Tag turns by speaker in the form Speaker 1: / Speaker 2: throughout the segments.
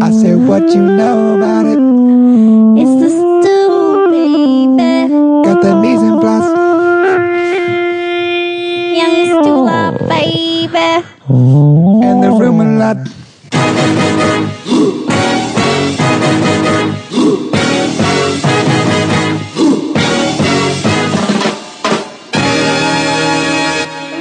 Speaker 1: I said, what you know about it?
Speaker 2: It's the stew, baby.
Speaker 1: Got the mise en place.
Speaker 2: Young stew, baby.
Speaker 1: And the room a lot.
Speaker 3: Hello,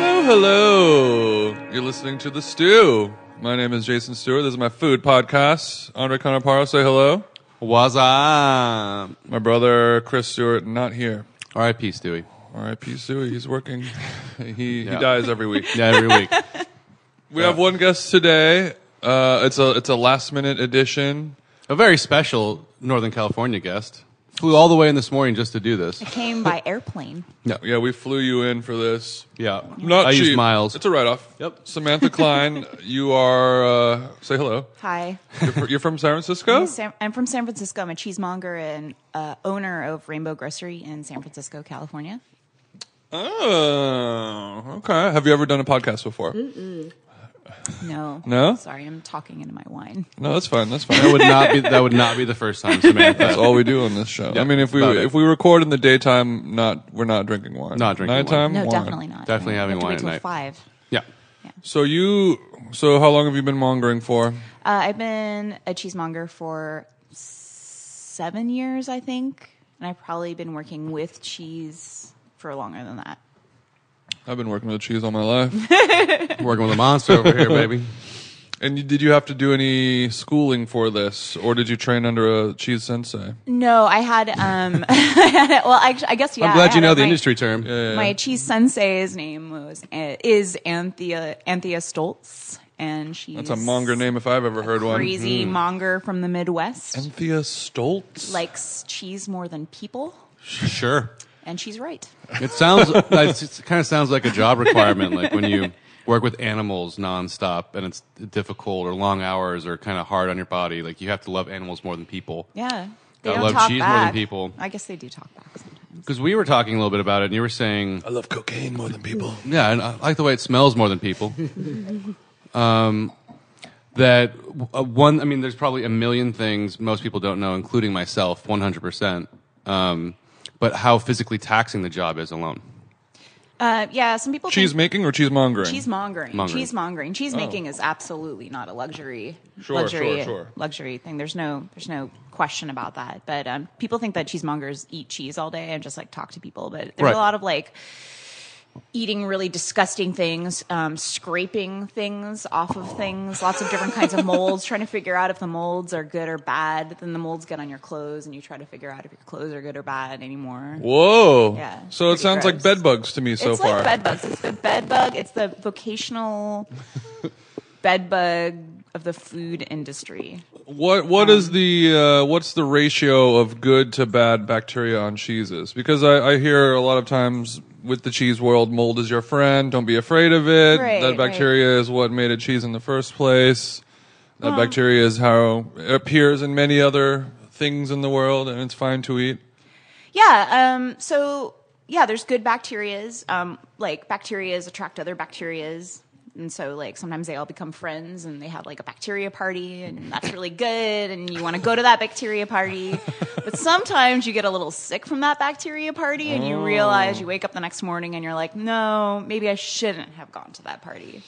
Speaker 3: Oh, hello. You're listening to The Stew. My name is Jason Stewart. This is my food podcast. Andre Conaparo, say hello.
Speaker 4: Was um, up?
Speaker 3: My brother, Chris Stewart, not here.
Speaker 4: R.I.P. Stewie.
Speaker 3: R.I.P. Stewie, he's working. He, he
Speaker 4: Yeah.
Speaker 3: dies every week.
Speaker 4: Yeah, every week.
Speaker 3: We have one guest today. Uh, it's a it's a last minute edition.
Speaker 4: A very special Northern California guest flew all the way in this morning just to do this.
Speaker 5: came by airplane.
Speaker 3: Yeah, we flew you in for this.
Speaker 4: Yeah,
Speaker 3: Not
Speaker 4: I
Speaker 3: cheap.
Speaker 4: used miles.
Speaker 3: It's a write off.
Speaker 4: Yep.
Speaker 3: Samantha Klein, you are uh, say hello.
Speaker 5: Hi.
Speaker 3: You're, fr- you're from San Francisco.
Speaker 5: Sam- I'm from San Francisco. I'm a cheesemonger and uh, owner of Rainbow Grocery in San Francisco, California.
Speaker 3: Oh, okay. Have you ever done a podcast before?
Speaker 5: Mm. No.
Speaker 3: No?
Speaker 5: Sorry, I'm talking into my wine.
Speaker 3: No, that's fine. That's fine.
Speaker 4: that would not be that would not be the first time Samantha.
Speaker 3: That's all we do on this show. I mean, if we
Speaker 4: about it.
Speaker 3: if we record in the daytime, not we're not drinking wine.
Speaker 4: Not drinking Mm, wine.
Speaker 3: Nighttime,
Speaker 5: No,
Speaker 3: wine.
Speaker 5: definitely not.
Speaker 4: Definitely
Speaker 5: I
Speaker 4: having
Speaker 5: have to
Speaker 4: wine
Speaker 5: wait
Speaker 4: at
Speaker 5: till
Speaker 4: night.
Speaker 5: five.
Speaker 4: Yeah.
Speaker 3: So you, so how long have you been mongering for?
Speaker 5: Uh, I've been a cheesemonger for seven years, I think, and I've probably been working with cheese for longer than that.
Speaker 3: I've been working with cheese all my life.
Speaker 4: Working with a monster over here, baby.
Speaker 3: And you, did you have to do any schooling for this, or did you train under a cheese sensei?
Speaker 5: No, I had um, well, I, I guess yeah.
Speaker 4: I'm
Speaker 5: I
Speaker 4: glad you
Speaker 5: had
Speaker 4: know the
Speaker 5: my-
Speaker 4: industry term.
Speaker 3: Uh,
Speaker 5: My cheese sensei's name was is Anthea Anthea Stoltz, and she's
Speaker 3: That's a monger name if I've ever heard one.
Speaker 5: Crazy
Speaker 4: Mm-hmm.
Speaker 5: monger from the Midwest
Speaker 3: Cynthia Stoltz.
Speaker 5: likes cheese more than people,
Speaker 4: Sure.
Speaker 5: and she's right.
Speaker 4: It sounds it kind of sounds like a job requirement, like when you work with animals nonstop and it's difficult or long hours or kind of hard on your body. Like you have to love animals more than people.
Speaker 5: Yeah, they
Speaker 4: I
Speaker 5: don't
Speaker 4: love
Speaker 5: talk
Speaker 4: cheese more
Speaker 5: back.
Speaker 4: than people.
Speaker 5: I guess they do talk back sometimes.
Speaker 4: Because we were talking a little bit about it, and you were saying,
Speaker 3: I love cocaine more than people.
Speaker 4: yeah, and I like the way it smells more than people. um, that uh, one, I mean, there's probably a million things most people don't know, including myself, 100%. Um, but how physically taxing the job is alone.
Speaker 5: Uh, yeah, some people
Speaker 3: Cheese
Speaker 5: think
Speaker 3: making or cheese mongering?
Speaker 5: Cheesemongering.
Speaker 4: Mongering.
Speaker 5: Cheesemongering. Cheesemaking is absolutely not a luxury
Speaker 3: Sure,
Speaker 5: luxury
Speaker 3: sure, sure.
Speaker 5: luxury thing. There's no there's no question about that. But um, people think that cheesemongers eat cheese all day and just like talk to people. But there's
Speaker 4: Right.
Speaker 5: a lot of like eating really disgusting things, um, scraping things off of things, lots of different kinds of molds, trying to figure out if the molds are good or bad. Then the molds get on your clothes and you try to figure out if your clothes are good or bad anymore.
Speaker 3: Whoa.
Speaker 5: Yeah,
Speaker 3: So it
Speaker 5: pretty
Speaker 3: sounds like
Speaker 5: gross.
Speaker 3: bed bugs to me so
Speaker 5: it's
Speaker 3: far.
Speaker 5: like bed bugs. It's the bed bug. It's the vocational bed bug of the food industry.
Speaker 3: What what
Speaker 5: Um,
Speaker 3: is the uh, what's the ratio of good to bad bacteria on cheeses? Because I, I hear a lot of times with the cheese world, mold is your friend. Don't be afraid of it.
Speaker 5: Right,
Speaker 3: that
Speaker 5: right.
Speaker 3: bacteria is what made a cheese in the first place. That bacteria is how it appears in many other things in the world, and it's fine to eat.
Speaker 5: Yeah. Um, so yeah, there's good bacterias. Um, like bacterias attract other bacterias. And so, like, sometimes they all become friends and they have like a bacteria party, and that's really good. And you want to go to that bacteria party. But sometimes you get a little sick from that bacteria party, and you realize you wake up the next morning and you're like, no, maybe I shouldn't have gone to that party.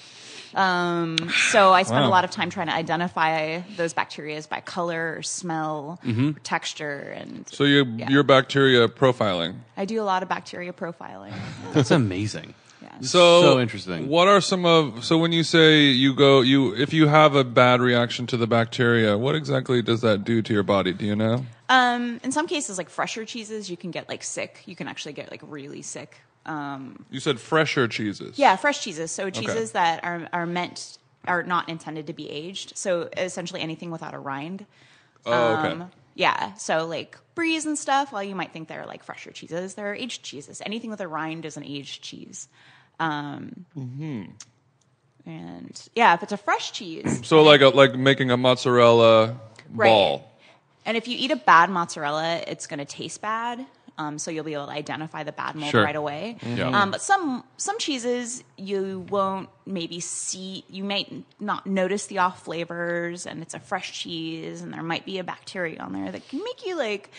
Speaker 5: Um, so I spend
Speaker 3: Wow.
Speaker 5: a lot of time trying to identify those bacterias by color or smell or texture. And
Speaker 3: So you your bacteria profiling.
Speaker 5: I do a lot of bacteria profiling.
Speaker 4: That's amazing.
Speaker 3: So,
Speaker 4: So interesting.
Speaker 3: What are some of so when you say you go you if you have a bad reaction to the bacteria, what exactly does that do to your body? Do you know?
Speaker 5: Um, in some cases, like fresher cheeses, you can get like sick. You can actually get like really sick. Um,
Speaker 3: You said fresher cheeses.
Speaker 5: yeah, fresh cheeses. So cheeses that are are meant are not intended to be aged. So essentially anything without a rind.
Speaker 3: Oh, okay.
Speaker 5: Um, yeah. So like bries and stuff. While you might think they're like fresher cheeses, they're aged cheeses. Anything with a rind is an aged cheese. Um, And yeah, if it's a fresh cheese,
Speaker 3: so like a, like making a mozzarella
Speaker 5: Right.
Speaker 3: ball.
Speaker 5: And if you eat a bad mozzarella, it's going to taste bad. Um, so you'll be able to identify the bad mold
Speaker 4: Sure. Mm-hmm.
Speaker 5: right away.
Speaker 4: Yeah.
Speaker 5: Um, but some some cheeses you won't maybe see. You might not notice the off flavors, and it's a fresh cheese, and there might be a bacteria on there that can make you like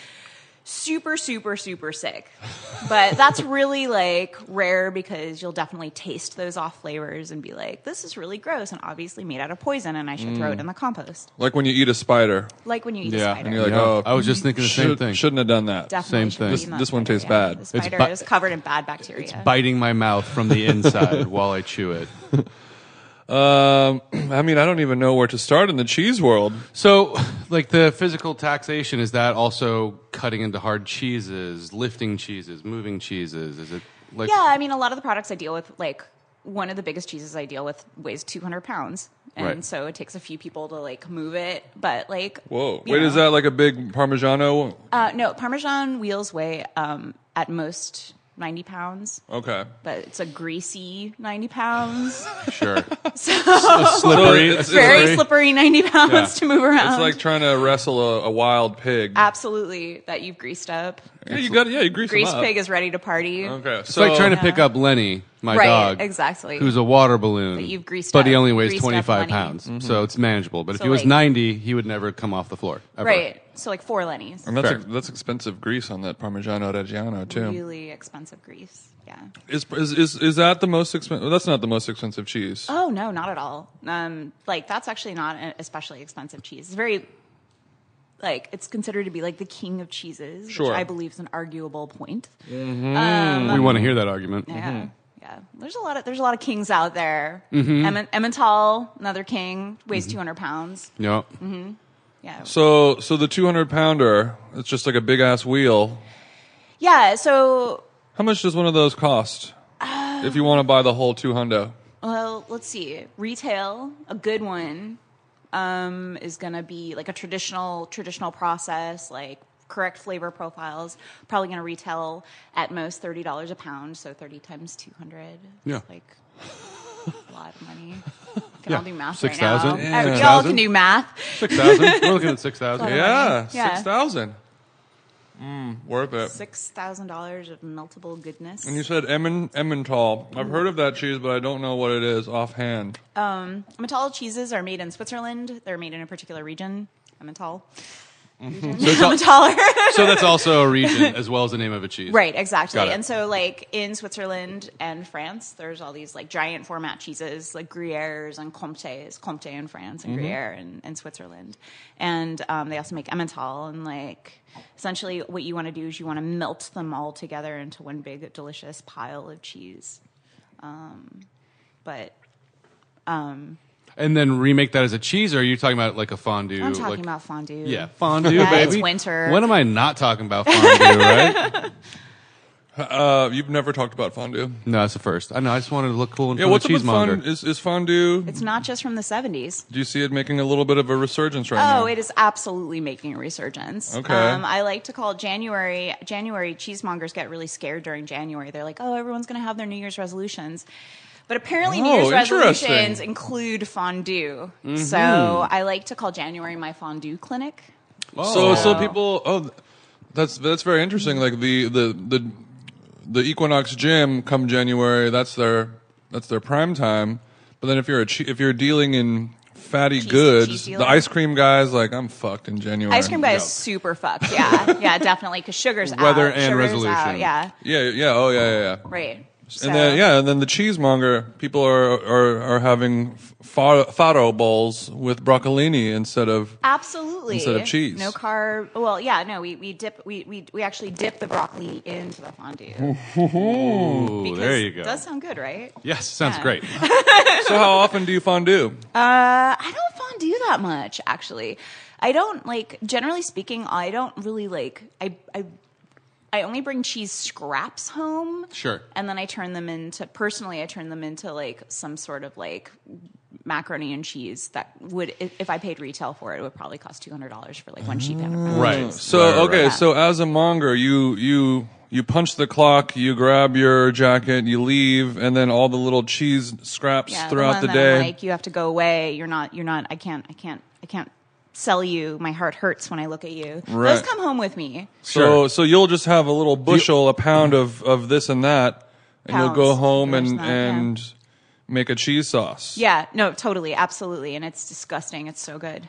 Speaker 5: super super super sick. But that's really like rare because you'll definitely taste those off flavors and be like, "This is really gross and obviously made out of poison, and I should throw it in the compost."
Speaker 3: Like when you eat a spider.
Speaker 5: Like when you eat
Speaker 4: Mm. Yeah,
Speaker 5: a spider.
Speaker 3: And you're like,
Speaker 4: Yeah.
Speaker 3: oh,
Speaker 4: I was just thinking the same
Speaker 3: should-
Speaker 4: thing.
Speaker 3: Shouldn't have done that.
Speaker 4: Same
Speaker 5: Definitely should
Speaker 4: thing.
Speaker 5: be
Speaker 4: This-
Speaker 5: eating that
Speaker 3: this one tastes
Speaker 5: spider.
Speaker 3: bad.
Speaker 5: The
Speaker 4: It's
Speaker 5: spider
Speaker 4: bi-
Speaker 5: is covered in bad bacteria.
Speaker 4: biting my mouth from the inside while I chew it.
Speaker 3: Um, I mean, I don't even know where to start in the cheese world.
Speaker 4: So, like the physical taxation, is that also cutting into hard cheeses, lifting cheeses, moving cheeses? Is it like
Speaker 5: Yeah, I mean, a lot of the products I deal with, like one of the biggest cheeses I deal with weighs 200 pounds, and
Speaker 4: Right.
Speaker 5: so it takes a few people to like move it. But like,
Speaker 3: Whoa.
Speaker 5: you
Speaker 3: Wait,
Speaker 5: know.
Speaker 3: is that like a big Parmigiano?
Speaker 5: Uh, no, Parmesan wheels weigh um, at most 90 pounds,
Speaker 3: Okay.
Speaker 5: but it's a greasy 90 pounds,
Speaker 4: sure?
Speaker 5: so
Speaker 4: Slippery.
Speaker 3: it's- it's
Speaker 5: very
Speaker 3: like-
Speaker 5: slippery 90 pounds
Speaker 4: Yeah.
Speaker 5: to move around.
Speaker 3: It's like trying to wrestle a, a wild pig.
Speaker 5: Absolutely, that you've greased up.
Speaker 3: Yeah, you got yeah, you grease 'em
Speaker 5: Greased
Speaker 3: up.
Speaker 5: pig is ready to party.
Speaker 3: Okay,
Speaker 4: It's
Speaker 3: so
Speaker 4: like trying to pick up Lenny, my
Speaker 5: Right,
Speaker 4: dog.
Speaker 5: exactly.
Speaker 4: Who's a water balloon. But
Speaker 5: you've greased
Speaker 4: But he
Speaker 5: up-
Speaker 4: only weighs
Speaker 5: greased up
Speaker 4: 25
Speaker 5: Lenny.
Speaker 4: pounds.
Speaker 3: Mm-hmm.
Speaker 4: So it's manageable. But if
Speaker 5: So,
Speaker 4: he was
Speaker 5: like-
Speaker 4: 90, he would never come off the floor. Ever.
Speaker 5: Right. So like four Lennies.
Speaker 3: And that's
Speaker 4: Fair.
Speaker 3: that's expensive grease on that Parmigiano Reggiano too.
Speaker 5: Really expensive grease. Yeah.
Speaker 3: Is, is is is that the most expensive? That's not the most expensive cheese.
Speaker 5: Oh no, not at all. Um, like that's actually not an especially expensive cheese. It's very like it's considered to be like the king of cheeses,
Speaker 3: Sure.
Speaker 5: which I believe is an arguable point.
Speaker 4: We want to hear that argument.
Speaker 5: Mm-hmm. Yeah, yeah. There's a lot of there's a lot of kings out there. Emmen- Emmental, another king, weighs 200 pounds.
Speaker 4: Yeah.
Speaker 5: Mm-hmm. Yeah,
Speaker 3: So so the 200 pounder, it's just like a big ass wheel.
Speaker 5: yeah. So
Speaker 3: How much does one of those cost? if you want to buy the whole 200.
Speaker 5: Well, let's see. Retail, a good one, um, is gonna be like a traditional traditional process, like correct flavor profiles. Probably gonna retail at most thirty dollars a pound, so thirty times two hundred.
Speaker 4: Yeah.
Speaker 5: like a lot of money. Can all do math right now?
Speaker 4: 6,000? Yeah.
Speaker 5: Every- Y'all
Speaker 4: 6,000?
Speaker 5: can do math.
Speaker 4: 6,000? We're looking at 6,000.
Speaker 5: Yeah.
Speaker 3: Yeah,
Speaker 5: Uh, Yeah.
Speaker 3: 6,000. Mm, worth it.
Speaker 5: Six thousand dollars of meltable goodness.
Speaker 3: And you said Emmen, Emmental. I've heard of that cheese, but I don't know what it is offhand.
Speaker 5: Emmental cheeses are made in Switzerland. They're made in a particular region. Emmental.
Speaker 4: it's all-
Speaker 5: Emmentaler.
Speaker 4: So that's also a region as well as the name of a cheese.
Speaker 5: Right, exactly.
Speaker 4: Got it.
Speaker 5: And so, like in Switzerland and France, there's all these like giant format cheeses, like Gruyères and Comtes, Comte in France
Speaker 4: Mm-hmm.
Speaker 5: and Gruyère in, in Switzerland. And um, they also make Emmental. And like, essentially, what you want to do is you want to melt them all together into one big delicious pile of cheese. Um, but
Speaker 4: And then remake that as a cheese, or are you talking about like a fondue?
Speaker 5: I'm talking
Speaker 4: like-
Speaker 5: about fondue.
Speaker 4: Yeah, fondue,
Speaker 5: Yeah,
Speaker 4: baby.
Speaker 5: it's winter.
Speaker 4: When am I not talking about fondue, right?
Speaker 3: Uh, you've never talked about fondue.
Speaker 4: No, that's the first. I know. I just wanted to look cool in
Speaker 3: Yeah,
Speaker 4: front
Speaker 3: what's
Speaker 4: of
Speaker 3: up with
Speaker 4: cheesemonger.
Speaker 3: fondue? Is, is fondue,
Speaker 5: It's not just from the 70s.
Speaker 3: do you see it making a little bit of a resurgence right now?
Speaker 5: Oh, it is absolutely making a resurgence.
Speaker 3: Okay.
Speaker 5: Um, I like to call it January. January cheesemongers get really scared during January. They're like, oh, everyone's going to have their New Year's resolutions. But apparently, New
Speaker 3: Oh,
Speaker 5: Year's
Speaker 3: interesting. Mm-hmm.
Speaker 5: resolutions include fondue. So I like to call January my fondue clinic.
Speaker 3: So so
Speaker 5: Wow.
Speaker 3: people oh th- that's that's very interesting. Like the the the the Equinox Gym come January, that's their that's their prime time. But then if you're a che- if you're dealing in fatty
Speaker 5: cheese
Speaker 3: goods,
Speaker 5: dealer.
Speaker 3: the ice cream guys like I'm fucked in January.
Speaker 5: Ice cream guy is
Speaker 3: Yeah.
Speaker 5: super fucked. Yeah. Yeah, definitely. Because sugar's out.
Speaker 4: Weather and
Speaker 5: sugar's
Speaker 4: resolution.
Speaker 5: Out, yeah.
Speaker 3: Yeah, yeah, oh yeah, yeah. yeah.
Speaker 5: Right. So,
Speaker 3: And then yeah, and then the cheesemonger people are are, are having far, faro bowls with broccolini instead of
Speaker 5: Absolutely.
Speaker 3: Instead of cheese.
Speaker 5: No carb. Well, yeah, no, we, we dip, we, we, we actually dip the broccoli into the fondue.
Speaker 4: Ooh, there you go.
Speaker 5: It does sound good, right?
Speaker 4: yes, sounds
Speaker 5: Yeah.
Speaker 4: great.
Speaker 3: So how often do you fondue?
Speaker 5: Uh, I don't fondue that much, actually. I don't like, generally speaking, I don't really like, I, I, I only bring cheese scraps home.
Speaker 4: Sure.
Speaker 5: And then I turn them into, personally, I turn them into like some sort of like macaroni and cheese that would, if, if I paid retail for it, it would probably cost $200 for like one sheet pan of macaroni.
Speaker 4: Right.
Speaker 3: So
Speaker 4: Right, right,
Speaker 3: okay,
Speaker 4: right.
Speaker 3: so as a monger, you you you punch the clock, you grab your jacket, you leave, and then all the little cheese scraps
Speaker 5: Yeah,
Speaker 3: throughout
Speaker 5: one
Speaker 3: the
Speaker 5: that I'm
Speaker 3: day.
Speaker 5: Like you have to go away. You're not. You're not. I can't. I can't. I can't sell you my heart hurts when I look at you. Those
Speaker 3: Right.
Speaker 5: come home with me.
Speaker 3: So so you'll just have a little bushel, a pound of of this and that, and you'll go
Speaker 5: Pounds.
Speaker 3: home
Speaker 5: There's
Speaker 3: and
Speaker 5: that, yeah.
Speaker 3: and make a cheese sauce.
Speaker 5: Yeah, no, totally, absolutely, and it's disgusting. It's so good.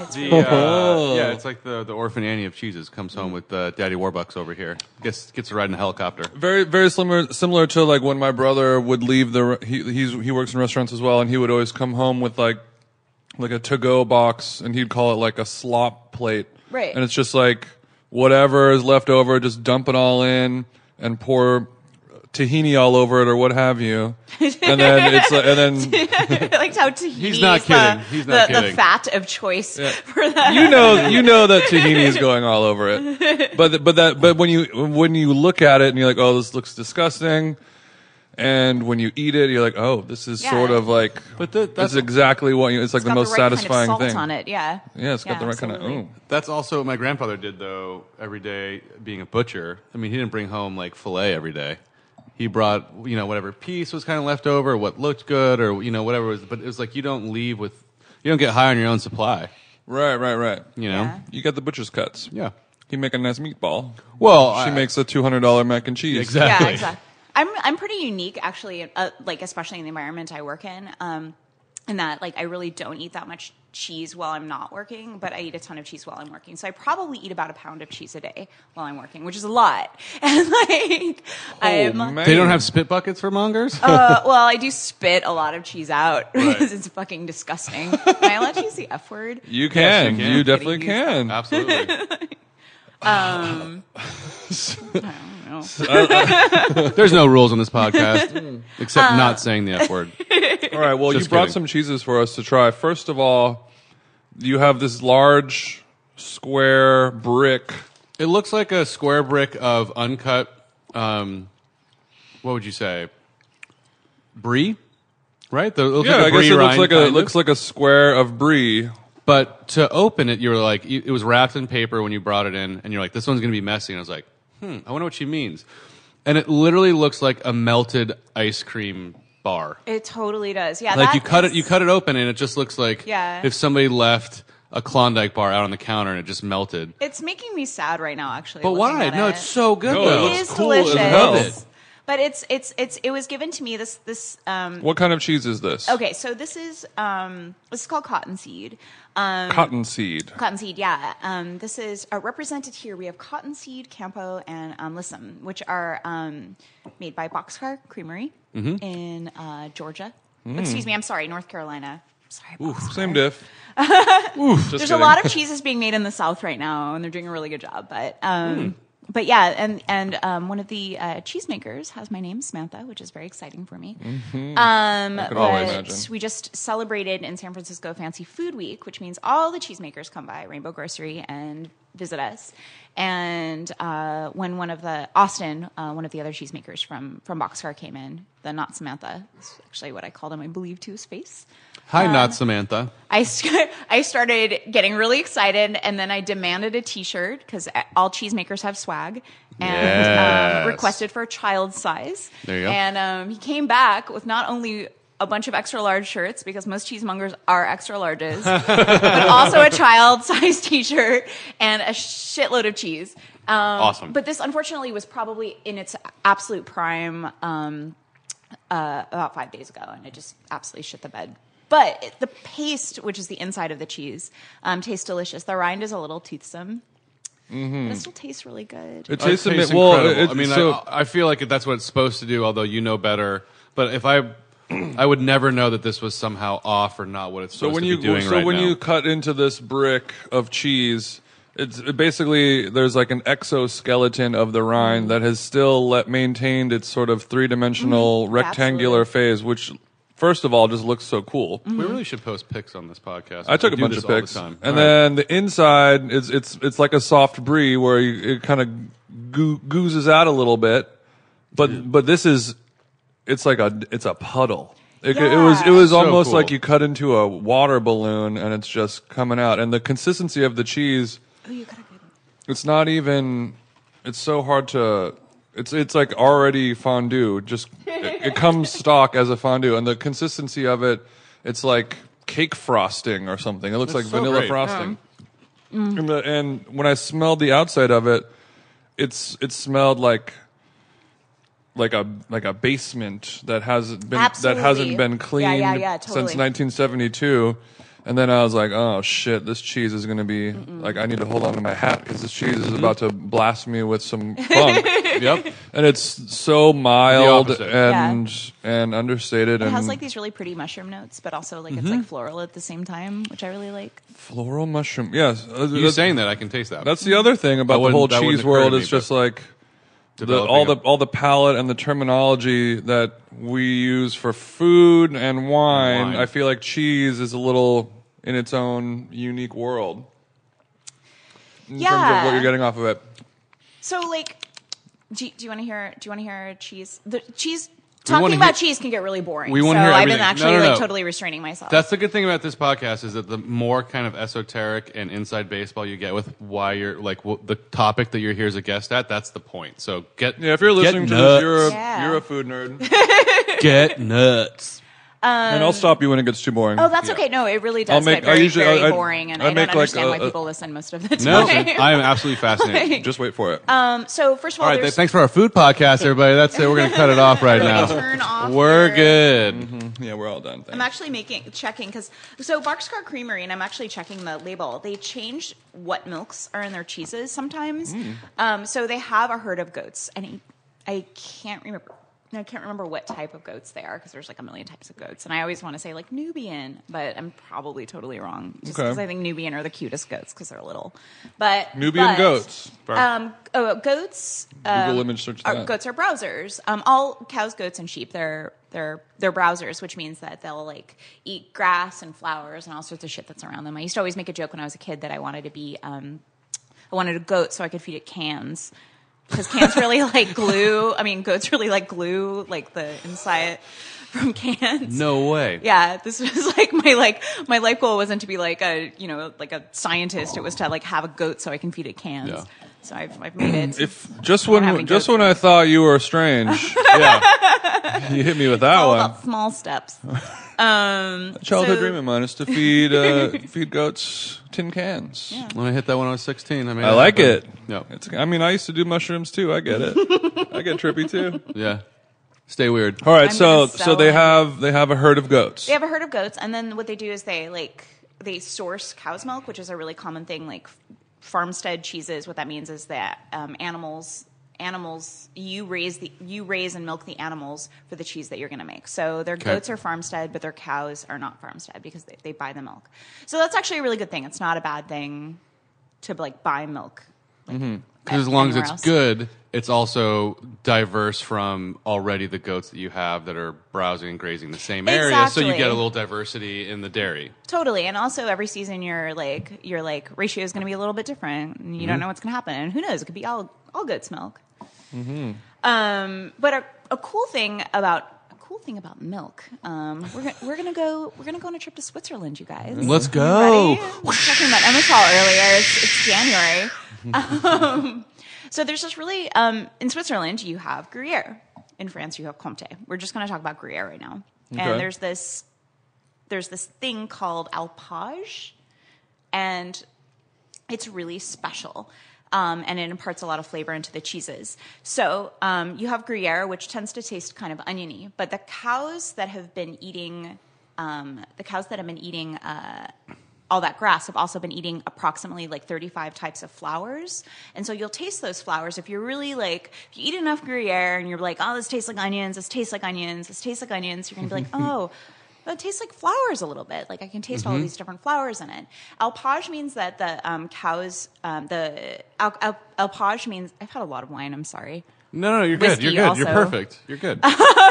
Speaker 5: It's
Speaker 4: The,
Speaker 5: really-
Speaker 3: Oh.
Speaker 4: uh, yeah, it's like the, the orphan Annie of cheeses comes home with uh, Daddy Warbucks over here. Gets gets a ride in a helicopter.
Speaker 3: Very very similar similar to like when my brother would leave the re- he he's, he works in restaurants as well, and he would always come home with like like a to go box, and he'd call it like a slop plate.
Speaker 5: Right.
Speaker 3: And it's just like whatever is left over, just dump it all in and pour tahini all over it or what have you. And then it's like, and then
Speaker 5: I liked how tahini
Speaker 4: He's not
Speaker 5: is
Speaker 4: kidding.
Speaker 5: The,
Speaker 4: He's not
Speaker 5: the, the
Speaker 4: kidding.
Speaker 5: fat of choice for that.
Speaker 3: you know, you know that tahini is going all over it. But but that but when you when you look at it and you're like, oh, this looks disgusting. And when you eat it, you're like, oh, this is
Speaker 5: Yeah.
Speaker 3: sort of like. But
Speaker 4: the-
Speaker 3: that's
Speaker 4: that's-
Speaker 3: exactly what you. It's like
Speaker 5: It's
Speaker 3: the
Speaker 5: got
Speaker 3: most
Speaker 5: right
Speaker 3: satisfying
Speaker 5: kind of salt
Speaker 3: thing.
Speaker 5: on it. Yeah.
Speaker 3: Yeah, it's got
Speaker 5: Yeah,
Speaker 3: the right kind of.
Speaker 5: absolutely.
Speaker 3: Ooh.
Speaker 4: That's also what my grandfather did though every day being a butcher. I mean, he didn't bring home like fillet every day. He brought, you know, whatever piece was kind of left over, what looked good or you know whatever was but it was like you don't leave with you don't get high on your own supply,
Speaker 3: Right, right, right.
Speaker 4: you know.
Speaker 5: Yeah.
Speaker 3: You got the butcher's cuts.
Speaker 4: Yeah.
Speaker 3: He make a nice meatball.
Speaker 4: Well,
Speaker 3: She
Speaker 4: I-
Speaker 3: makes a two hundred dollar mac and cheese.
Speaker 4: Exactly.
Speaker 5: Yeah, exactly. I'm I'm pretty unique actually, uh, like especially in the environment I work in. Um, in that like I really don't eat that much cheese while I'm not working, but I eat a ton of cheese while I'm working. So I probably eat about a pound of cheese a day while I'm working, which is a lot. And
Speaker 4: Oh,
Speaker 5: like I'm
Speaker 3: Oh, man.
Speaker 4: They don't have spit buckets for mongers?
Speaker 5: uh, well, I do spit a lot of cheese out because
Speaker 4: Right.
Speaker 5: it's fucking disgusting. Am I allowed to use the F word?
Speaker 3: You can.
Speaker 4: you
Speaker 3: you,
Speaker 4: can.
Speaker 3: definitely
Speaker 5: Getting used Um,
Speaker 3: can.
Speaker 4: Absolutely. There's no rules on this
Speaker 5: Mm.
Speaker 4: podcast except
Speaker 5: Uh,
Speaker 4: not saying the F word.
Speaker 3: All right. Well,
Speaker 4: Just
Speaker 3: you brought
Speaker 4: kidding.
Speaker 3: some cheeses for us to try. First of all, you have this large square brick.
Speaker 4: It looks like a square brick of uncut. Um, what would you say? Brie, right? The, it looks
Speaker 3: Yeah,
Speaker 4: like a
Speaker 3: I guess
Speaker 4: brie
Speaker 3: it looks
Speaker 4: rind,
Speaker 3: like a
Speaker 4: kind
Speaker 3: it
Speaker 4: of.
Speaker 3: looks like a square of brie.
Speaker 4: But to open it, you were like, it it was wrapped in paper when you brought it in, and you're like, this one's gonna be messy. And I was like, hmm, I wonder what she means. And it literally looks like a melted ice cream bar.
Speaker 5: It totally does. Yeah,
Speaker 4: like
Speaker 5: that
Speaker 4: you cut it,
Speaker 5: is-
Speaker 4: you cut it open, and it just looks like
Speaker 5: Yeah.
Speaker 4: if somebody left a Klondike bar out on the counter and it just melted.
Speaker 5: It's making me sad right now, actually.
Speaker 4: But
Speaker 5: looking
Speaker 4: why?
Speaker 5: at
Speaker 4: No,
Speaker 5: it.
Speaker 4: it's so good.
Speaker 3: No, it
Speaker 4: though.
Speaker 5: It
Speaker 3: looks
Speaker 5: is
Speaker 3: cool as
Speaker 5: delicious.
Speaker 3: hell.
Speaker 5: But it's it's it's it was given to me this this um
Speaker 3: What kind of cheese is this?
Speaker 5: okay so this is um this is called cottonseed um
Speaker 3: Cottonseed.
Speaker 5: cottonseed yeah um this is uh, represented here we have cottonseed campo and um lissom which are um made by Boxcar Creamery in uh Georgia excuse me I'm sorry North Carolina sorry Boxcar.
Speaker 3: Same diff.
Speaker 5: There's a lot of cheeses being made in the South right now, and they're doing a really good job. But um, but yeah, and and um, one of the uh, cheesemakers has my name, Samantha, which is very exciting for me. Um,
Speaker 3: could only
Speaker 5: but
Speaker 3: imagine.
Speaker 5: we just celebrated in San Francisco Fancy Food Week, which means all the cheesemakers come by Rainbow Grocery and visit us. And uh, when one of the Austin, uh, one of the other cheesemakers from from Boxcar came in, the not Samantha, is actually what I called him, I believe, to his face.
Speaker 4: Hi,
Speaker 5: Um,
Speaker 4: not Samantha.
Speaker 5: I, st- I started getting really excited and then I demanded a t-shirt because all cheesemakers have swag and um,
Speaker 4: Yes.
Speaker 5: requested for a child size.
Speaker 4: There you go.
Speaker 5: And um, he came back with not only a bunch of extra large shirts because most cheesemongers are extra larges, but also a child size t-shirt and a shitload of cheese. Um,
Speaker 4: Awesome.
Speaker 5: But this unfortunately was probably in its absolute prime um, uh, about five days ago, and it just absolutely shit the bed. But it- the paste, which is the inside of the cheese, um, tastes delicious. The rind is a little toothsome,
Speaker 4: Mm-hmm.
Speaker 5: but it still tastes really good.
Speaker 3: It
Speaker 4: It
Speaker 3: tastes a
Speaker 4: tastes
Speaker 3: bit. Well,
Speaker 4: incredible.
Speaker 3: it-
Speaker 4: I mean,
Speaker 3: so,
Speaker 4: I, I feel like that's what it's supposed to do. Although you know better, but if I, I would never know that this was somehow off or not what it's
Speaker 3: so
Speaker 4: supposed
Speaker 3: when
Speaker 4: to
Speaker 3: you
Speaker 4: be doing
Speaker 3: so
Speaker 4: right
Speaker 3: when
Speaker 4: now.
Speaker 3: you cut into this brick of cheese, it's it basically there's like an exoskeleton of the rind that has still let, maintained its sort of three dimensional rectangular phase, which first of all just looks so cool.
Speaker 4: we really should post pics on this podcast.
Speaker 3: I took
Speaker 4: We
Speaker 3: a
Speaker 4: do
Speaker 3: bunch
Speaker 4: this
Speaker 3: of
Speaker 4: all the
Speaker 3: pics,
Speaker 4: time.
Speaker 3: and
Speaker 4: All right.
Speaker 3: then the inside is it's it's like a soft brie where you, it kind of goo, goozes out a little bit, but but this is it's like a it's a puddle. It, it was it was
Speaker 4: So
Speaker 3: almost
Speaker 4: cool.
Speaker 3: like you cut into a water balloon and it's just coming out, and the consistency of the cheese,
Speaker 5: Ooh, Oh, you got a good
Speaker 3: it's not even it's so hard to. It's it's like already fondue. Just it, it comes stock as a fondue, and the consistency of it, it's like cake frosting or something. It looks
Speaker 4: That's
Speaker 3: like
Speaker 4: so
Speaker 3: vanilla
Speaker 4: great.
Speaker 5: Uh-huh.
Speaker 3: frosting. And, the, and when I smelled the outside of it, it's it smelled like like a like a basement that hasn't been
Speaker 5: Absolutely.
Speaker 3: that hasn't
Speaker 5: Yeah,
Speaker 3: been
Speaker 5: yeah,
Speaker 3: cleaned
Speaker 5: yeah,
Speaker 3: since
Speaker 5: totally.
Speaker 3: 1972. And then I was like, oh shit, this cheese is gonna be like I need to hold on to my hat because this cheese
Speaker 5: Mm-hmm.
Speaker 3: is about to blast me with some funk.
Speaker 4: yep.
Speaker 3: And it's so mild
Speaker 4: opposite.
Speaker 3: and and understated
Speaker 5: It
Speaker 3: and
Speaker 4: Um,
Speaker 5: has like these really pretty mushroom notes, but also like
Speaker 4: Mm-hmm.
Speaker 5: it's like floral at the same time, which I really like.
Speaker 3: floral mushroom. Yes, uh,
Speaker 4: You
Speaker 3: that's-
Speaker 4: saying that I can taste that.
Speaker 3: That's the other thing about the
Speaker 4: wouldn't-
Speaker 3: whole
Speaker 4: that wouldn't
Speaker 3: cheese
Speaker 4: occur
Speaker 3: world.
Speaker 4: to me,
Speaker 3: It's
Speaker 4: but
Speaker 3: just like the,
Speaker 4: Developing
Speaker 3: all the
Speaker 4: it.
Speaker 3: all the palate and the terminology that we use for food and wine.
Speaker 4: Wine.
Speaker 3: I feel like cheese is a little in its own unique world in terms of
Speaker 5: Yeah.
Speaker 3: what you're getting off of it.
Speaker 5: So like, do, do you want to hear? Do you want to hear cheese? The cheese.
Speaker 4: wanna
Speaker 5: Talking about
Speaker 4: hear-
Speaker 5: cheese can get really boring.
Speaker 4: we
Speaker 5: so
Speaker 4: wanna hear
Speaker 5: I've been
Speaker 4: everything.
Speaker 5: actually
Speaker 4: No, no,
Speaker 5: like
Speaker 4: no.
Speaker 5: totally restraining myself.
Speaker 4: That's the good thing about this podcast is that the more kind of esoteric and inside baseball you get with why you're like wh- the topic that you're here as a guest at, that's the point. So get
Speaker 3: Yeah, if you're
Speaker 4: get
Speaker 3: listening to
Speaker 4: nuts.
Speaker 3: this, you're a,
Speaker 5: Yeah.
Speaker 3: you're a food nerd,
Speaker 4: get nuts.
Speaker 3: and I'll stop you when it gets too boring.
Speaker 5: oh, that's okay. No, it really does
Speaker 3: make-
Speaker 5: get
Speaker 3: I
Speaker 5: very,
Speaker 3: usually-
Speaker 5: very
Speaker 3: I- I-
Speaker 5: boring, and
Speaker 3: I
Speaker 5: I,
Speaker 3: make,
Speaker 5: don't
Speaker 3: like,
Speaker 5: understand
Speaker 3: a-
Speaker 5: why
Speaker 3: a-
Speaker 5: people listen most of the
Speaker 4: No,
Speaker 5: time.
Speaker 4: I am absolutely fascinated.
Speaker 5: Like-
Speaker 3: Just wait for it.
Speaker 5: um, so first of all,
Speaker 4: all right, th-
Speaker 5: there's
Speaker 4: thanks for our food podcast, everybody. That's it. We're gonna cut it off right now.
Speaker 5: turn off.
Speaker 4: We're
Speaker 5: your-
Speaker 4: good.
Speaker 3: yeah, we're all done. Thanks.
Speaker 5: I'm actually making checking because so Boxcar Creamery, and I'm actually checking the label. They change what milks are in their cheeses sometimes.
Speaker 3: Hmm.
Speaker 5: Um, so they have a herd of goats, and I, I can't remember. I can't remember what type of goats they are because there's like a million types of goats, and I always want to say like Nubian, but I'm probably totally wrong. Just
Speaker 3: Okay.
Speaker 5: because I think Nubian are the cutest goats because they're little. But
Speaker 3: Nubian
Speaker 5: but,
Speaker 3: goats.
Speaker 5: Um, oh, goats.
Speaker 3: Google
Speaker 5: um,
Speaker 3: image search
Speaker 5: are-
Speaker 3: that.
Speaker 5: Goats are browsers. Um, all cows, goats, and sheep. They're they're they're browsers, which means that they'll like eat grass and flowers and all sorts of shit that's around them. I used to always make a joke when I was a kid that I wanted to be um, I wanted a goat so I could feed it cans. Because cans really like glue. I mean, goats really like glue, like the inside from cans.
Speaker 4: No way.
Speaker 5: Yeah, this was like my like my life goal wasn't to be like a you know like a scientist. It was to like have a goat so I can feed it cans.
Speaker 4: Yeah.
Speaker 5: So I've I've made it.
Speaker 3: If just
Speaker 5: don't have
Speaker 3: when
Speaker 5: any
Speaker 3: just
Speaker 5: goats.
Speaker 3: when I thought you were strange, yeah, you hit me with that
Speaker 5: all
Speaker 3: one.
Speaker 5: about small steps.
Speaker 3: Childhood
Speaker 5: So-
Speaker 3: dream of mine is to feed uh, feed goats tin cans.
Speaker 4: When I hit that when I was 16, I mean,
Speaker 3: I like it.
Speaker 4: No.
Speaker 3: It's, I mean, I used to do mushrooms too. I get it. I get trippy too.
Speaker 4: Yeah. Stay weird.
Speaker 3: All right,
Speaker 5: I'm
Speaker 3: so
Speaker 5: gonna
Speaker 3: so
Speaker 5: sell
Speaker 3: they
Speaker 5: it.
Speaker 3: have they have a herd of goats.
Speaker 5: They have a herd of goats, and then what they do is they like they source cow's milk, which is a really common thing. Like farmstead cheeses, what that means is that um, animals animals you raise the you raise and milk the animals for the cheese that you're going to make. So their goats are farmstead, but their cows are not farmstead because they, they buy the milk. So that's actually a really good thing. It's not a bad thing to like buy milk.
Speaker 4: Because as long as
Speaker 5: anywhere
Speaker 4: it's
Speaker 5: else.
Speaker 4: good, it's also diverse from already the goats that you have that are browsing and grazing the same area. So you
Speaker 5: Exactly.
Speaker 4: get a little diversity in the dairy.
Speaker 5: Totally, and also every season your like your like ratio is going to be a little bit different. And you don't know what's going to happen, and who knows? It could be all all goat's milk. Um, but a, a cool thing about a cool thing about milk. Um, we're gonna, we're gonna go we're gonna go on a trip to Switzerland, you guys.
Speaker 4: Let's
Speaker 5: Ready?
Speaker 4: go.
Speaker 5: We were talking about Emmental earlier. It's, it's January. Um, so there's this really um, in Switzerland you have Gruyere. In France you have Comté. We're just going to talk about Gruyere right now.
Speaker 3: Okay.
Speaker 5: And there's this there's this thing called alpage, and it's really special. Um, and it imparts a lot of flavor into the cheeses. So um, you have Gruyere, which tends to taste kind of oniony, but the cows that have been eating, um, the cows that have been eating uh, all that grass have also been eating approximately like 35 types of flowers. And so you'll taste those flowers. If you're really like, if you eat enough Gruyere and you're like, oh, this tastes like onions, this tastes like onions, this tastes like onions, you're going to be like, oh, that tastes like flowers a little bit. Like I can taste all these different flowers in it. Alpage means that the um, cows, um, the al- al- alpage means, I've had a lot of wine, I'm sorry.
Speaker 4: No, no, you're good.
Speaker 5: Whiskey
Speaker 4: You're good. You're
Speaker 5: also.
Speaker 4: perfect. You're good.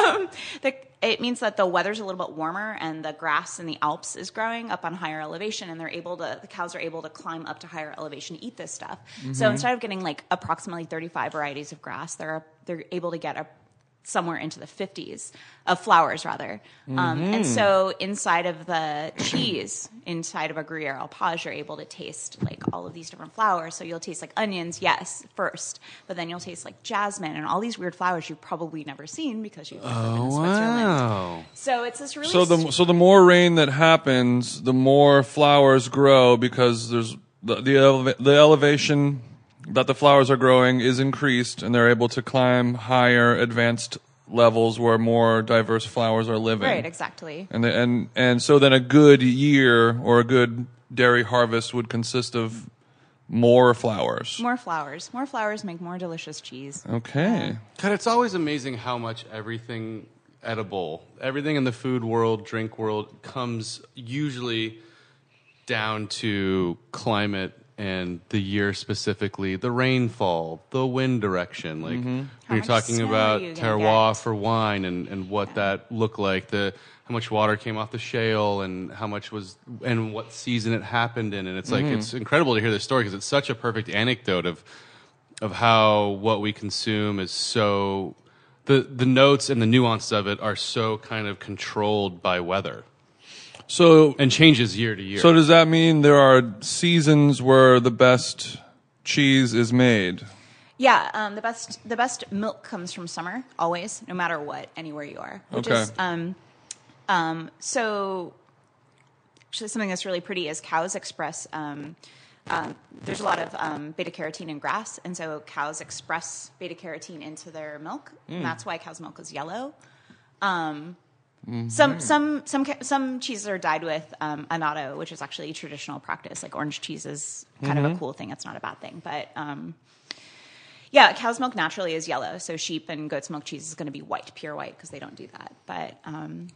Speaker 5: The, it means that the weather's a little bit warmer and the grass in the Alps is growing up on higher elevation, and they're able to, the cows are able to climb up to higher elevation to eat this stuff. So instead of getting like approximately 35 varieties of grass, they're, they're able to get a, somewhere into the 50s of flowers rather um,
Speaker 3: Mm-hmm.
Speaker 5: and so inside of the cheese inside of a gruyere al page you're able to taste like all of these different flowers so you'll taste like onions yes first but then you'll taste like jasmine and all these weird flowers you've probably never seen because you've never been to switzerland
Speaker 4: Oh.
Speaker 5: so it's this really
Speaker 3: Oh, So the so the more rain that happens, the more flowers grow because there's the the, eleva- the elevation that the flowers are growing is increased, and they're able to climb higher, advanced levels where more diverse flowers are living.
Speaker 5: Right, exactly.
Speaker 3: And the, and and so then a good year or a good dairy harvest would consist of more flowers.
Speaker 5: More flowers. More flowers make more delicious cheese.
Speaker 3: okay.
Speaker 4: God, it's always amazing how much everything edible, everything in the food world, drink world, comes usually down to climate and the year specifically, the rainfall, the wind direction. Like when you're
Speaker 5: much
Speaker 4: talking
Speaker 5: snow
Speaker 4: about
Speaker 5: are you gonna
Speaker 4: terroir for wine and, and what that looked like, the how much water came off the shale and how much was and what season it happened in. And it's like it's incredible to hear this story because it's such a perfect anecdote of of how what we consume is so the the notes and the nuances of it are so kind of controlled by weather
Speaker 3: So
Speaker 4: and changes year to year.
Speaker 3: so does that mean there are seasons where the best cheese is made?
Speaker 5: Yeah, um, the best the best milk comes from summer always, no matter what, anywhere you are. Which
Speaker 3: Okay.
Speaker 5: is um, um, so actually something that's really pretty is cows express. Um, um, there's a lot of um, beta carotene in grass, and so cows express beta carotene into their milk, and that's why cow's milk is yellow. Um, Some some some ca- some cheeses are dyed with um, annatto, which is actually a traditional practice. Like orange cheese is kind of a cool thing; it's not a bad thing, but um, yeah, cow's milk naturally is yellow, so sheep and goat's milk cheese is going to be white, pure white, because they don't do that. But um,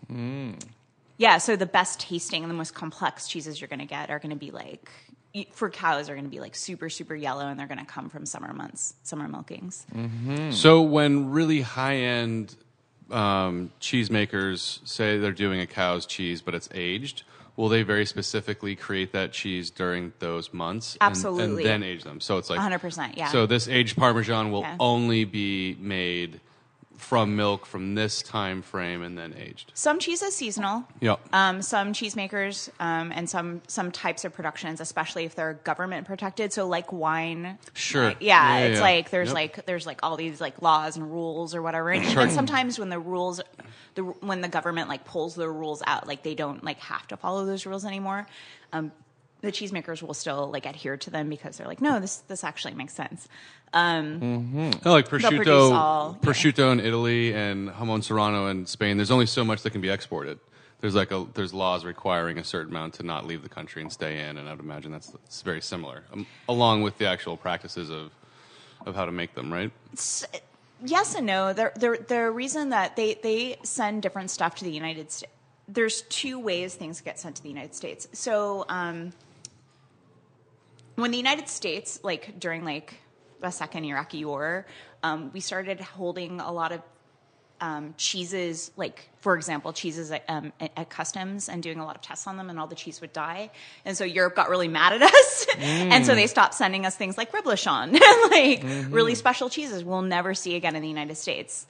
Speaker 5: yeah, so the best tasting and the most complex cheeses you're going to get are going to be like e- for cows are going to be like super super yellow, and they're going to come from summer months, summer milkings.
Speaker 4: So when really high end um, cheesemakers say they're doing a cow's cheese, but it's aged, will they very specifically create that cheese during those months? and-
Speaker 5: Absolutely.
Speaker 4: And, then age them. So it's like
Speaker 5: 100%, yeah.
Speaker 4: So this aged Parmesan will
Speaker 5: Yeah.
Speaker 4: only be made from milk from this time frame and then aged.
Speaker 5: Some cheese is seasonal.
Speaker 4: Yeah.
Speaker 5: Um, some cheesemakers um, and some some types of productions, especially if they're government protected, so like wine.
Speaker 4: Sure.
Speaker 5: like- yeah,
Speaker 4: Yeah,
Speaker 5: it's
Speaker 4: yeah.
Speaker 5: like there's
Speaker 4: Yep.
Speaker 5: like there's like all these like laws and rules or whatever. And, and sometimes when the rules, the when the government like pulls the rules out, like they don't like have to follow those rules anymore. Um, the cheesemakers will still like adhere to them because they're like, no, this this actually makes sense.
Speaker 4: No, like
Speaker 5: produce
Speaker 4: prosciutto,
Speaker 5: all- yeah.
Speaker 4: prosciutto in Italy and jamon serrano in Spain. There's only so much that can be exported. There's like a there's laws requiring a certain amount to not leave the country and stay in, and I would imagine that's, that's very similar, um, along with the actual practices of of how to make them. Right?
Speaker 5: Yes and no. The, the, the reason that they, they send different stuff to the United States, there's two ways things get sent to the United States. So um, when the United States, like during like the second Iraqi war, um, we started holding a lot of um, cheeses, like for example, cheeses at, um, at, at customs and doing a lot of tests on them, and all the cheese would die. And so Europe got really mad at us, and
Speaker 4: Mm.
Speaker 5: so they stopped sending us things like Reblochon, like
Speaker 4: Mm-hmm.
Speaker 5: really special cheeses we'll never see again in the United States.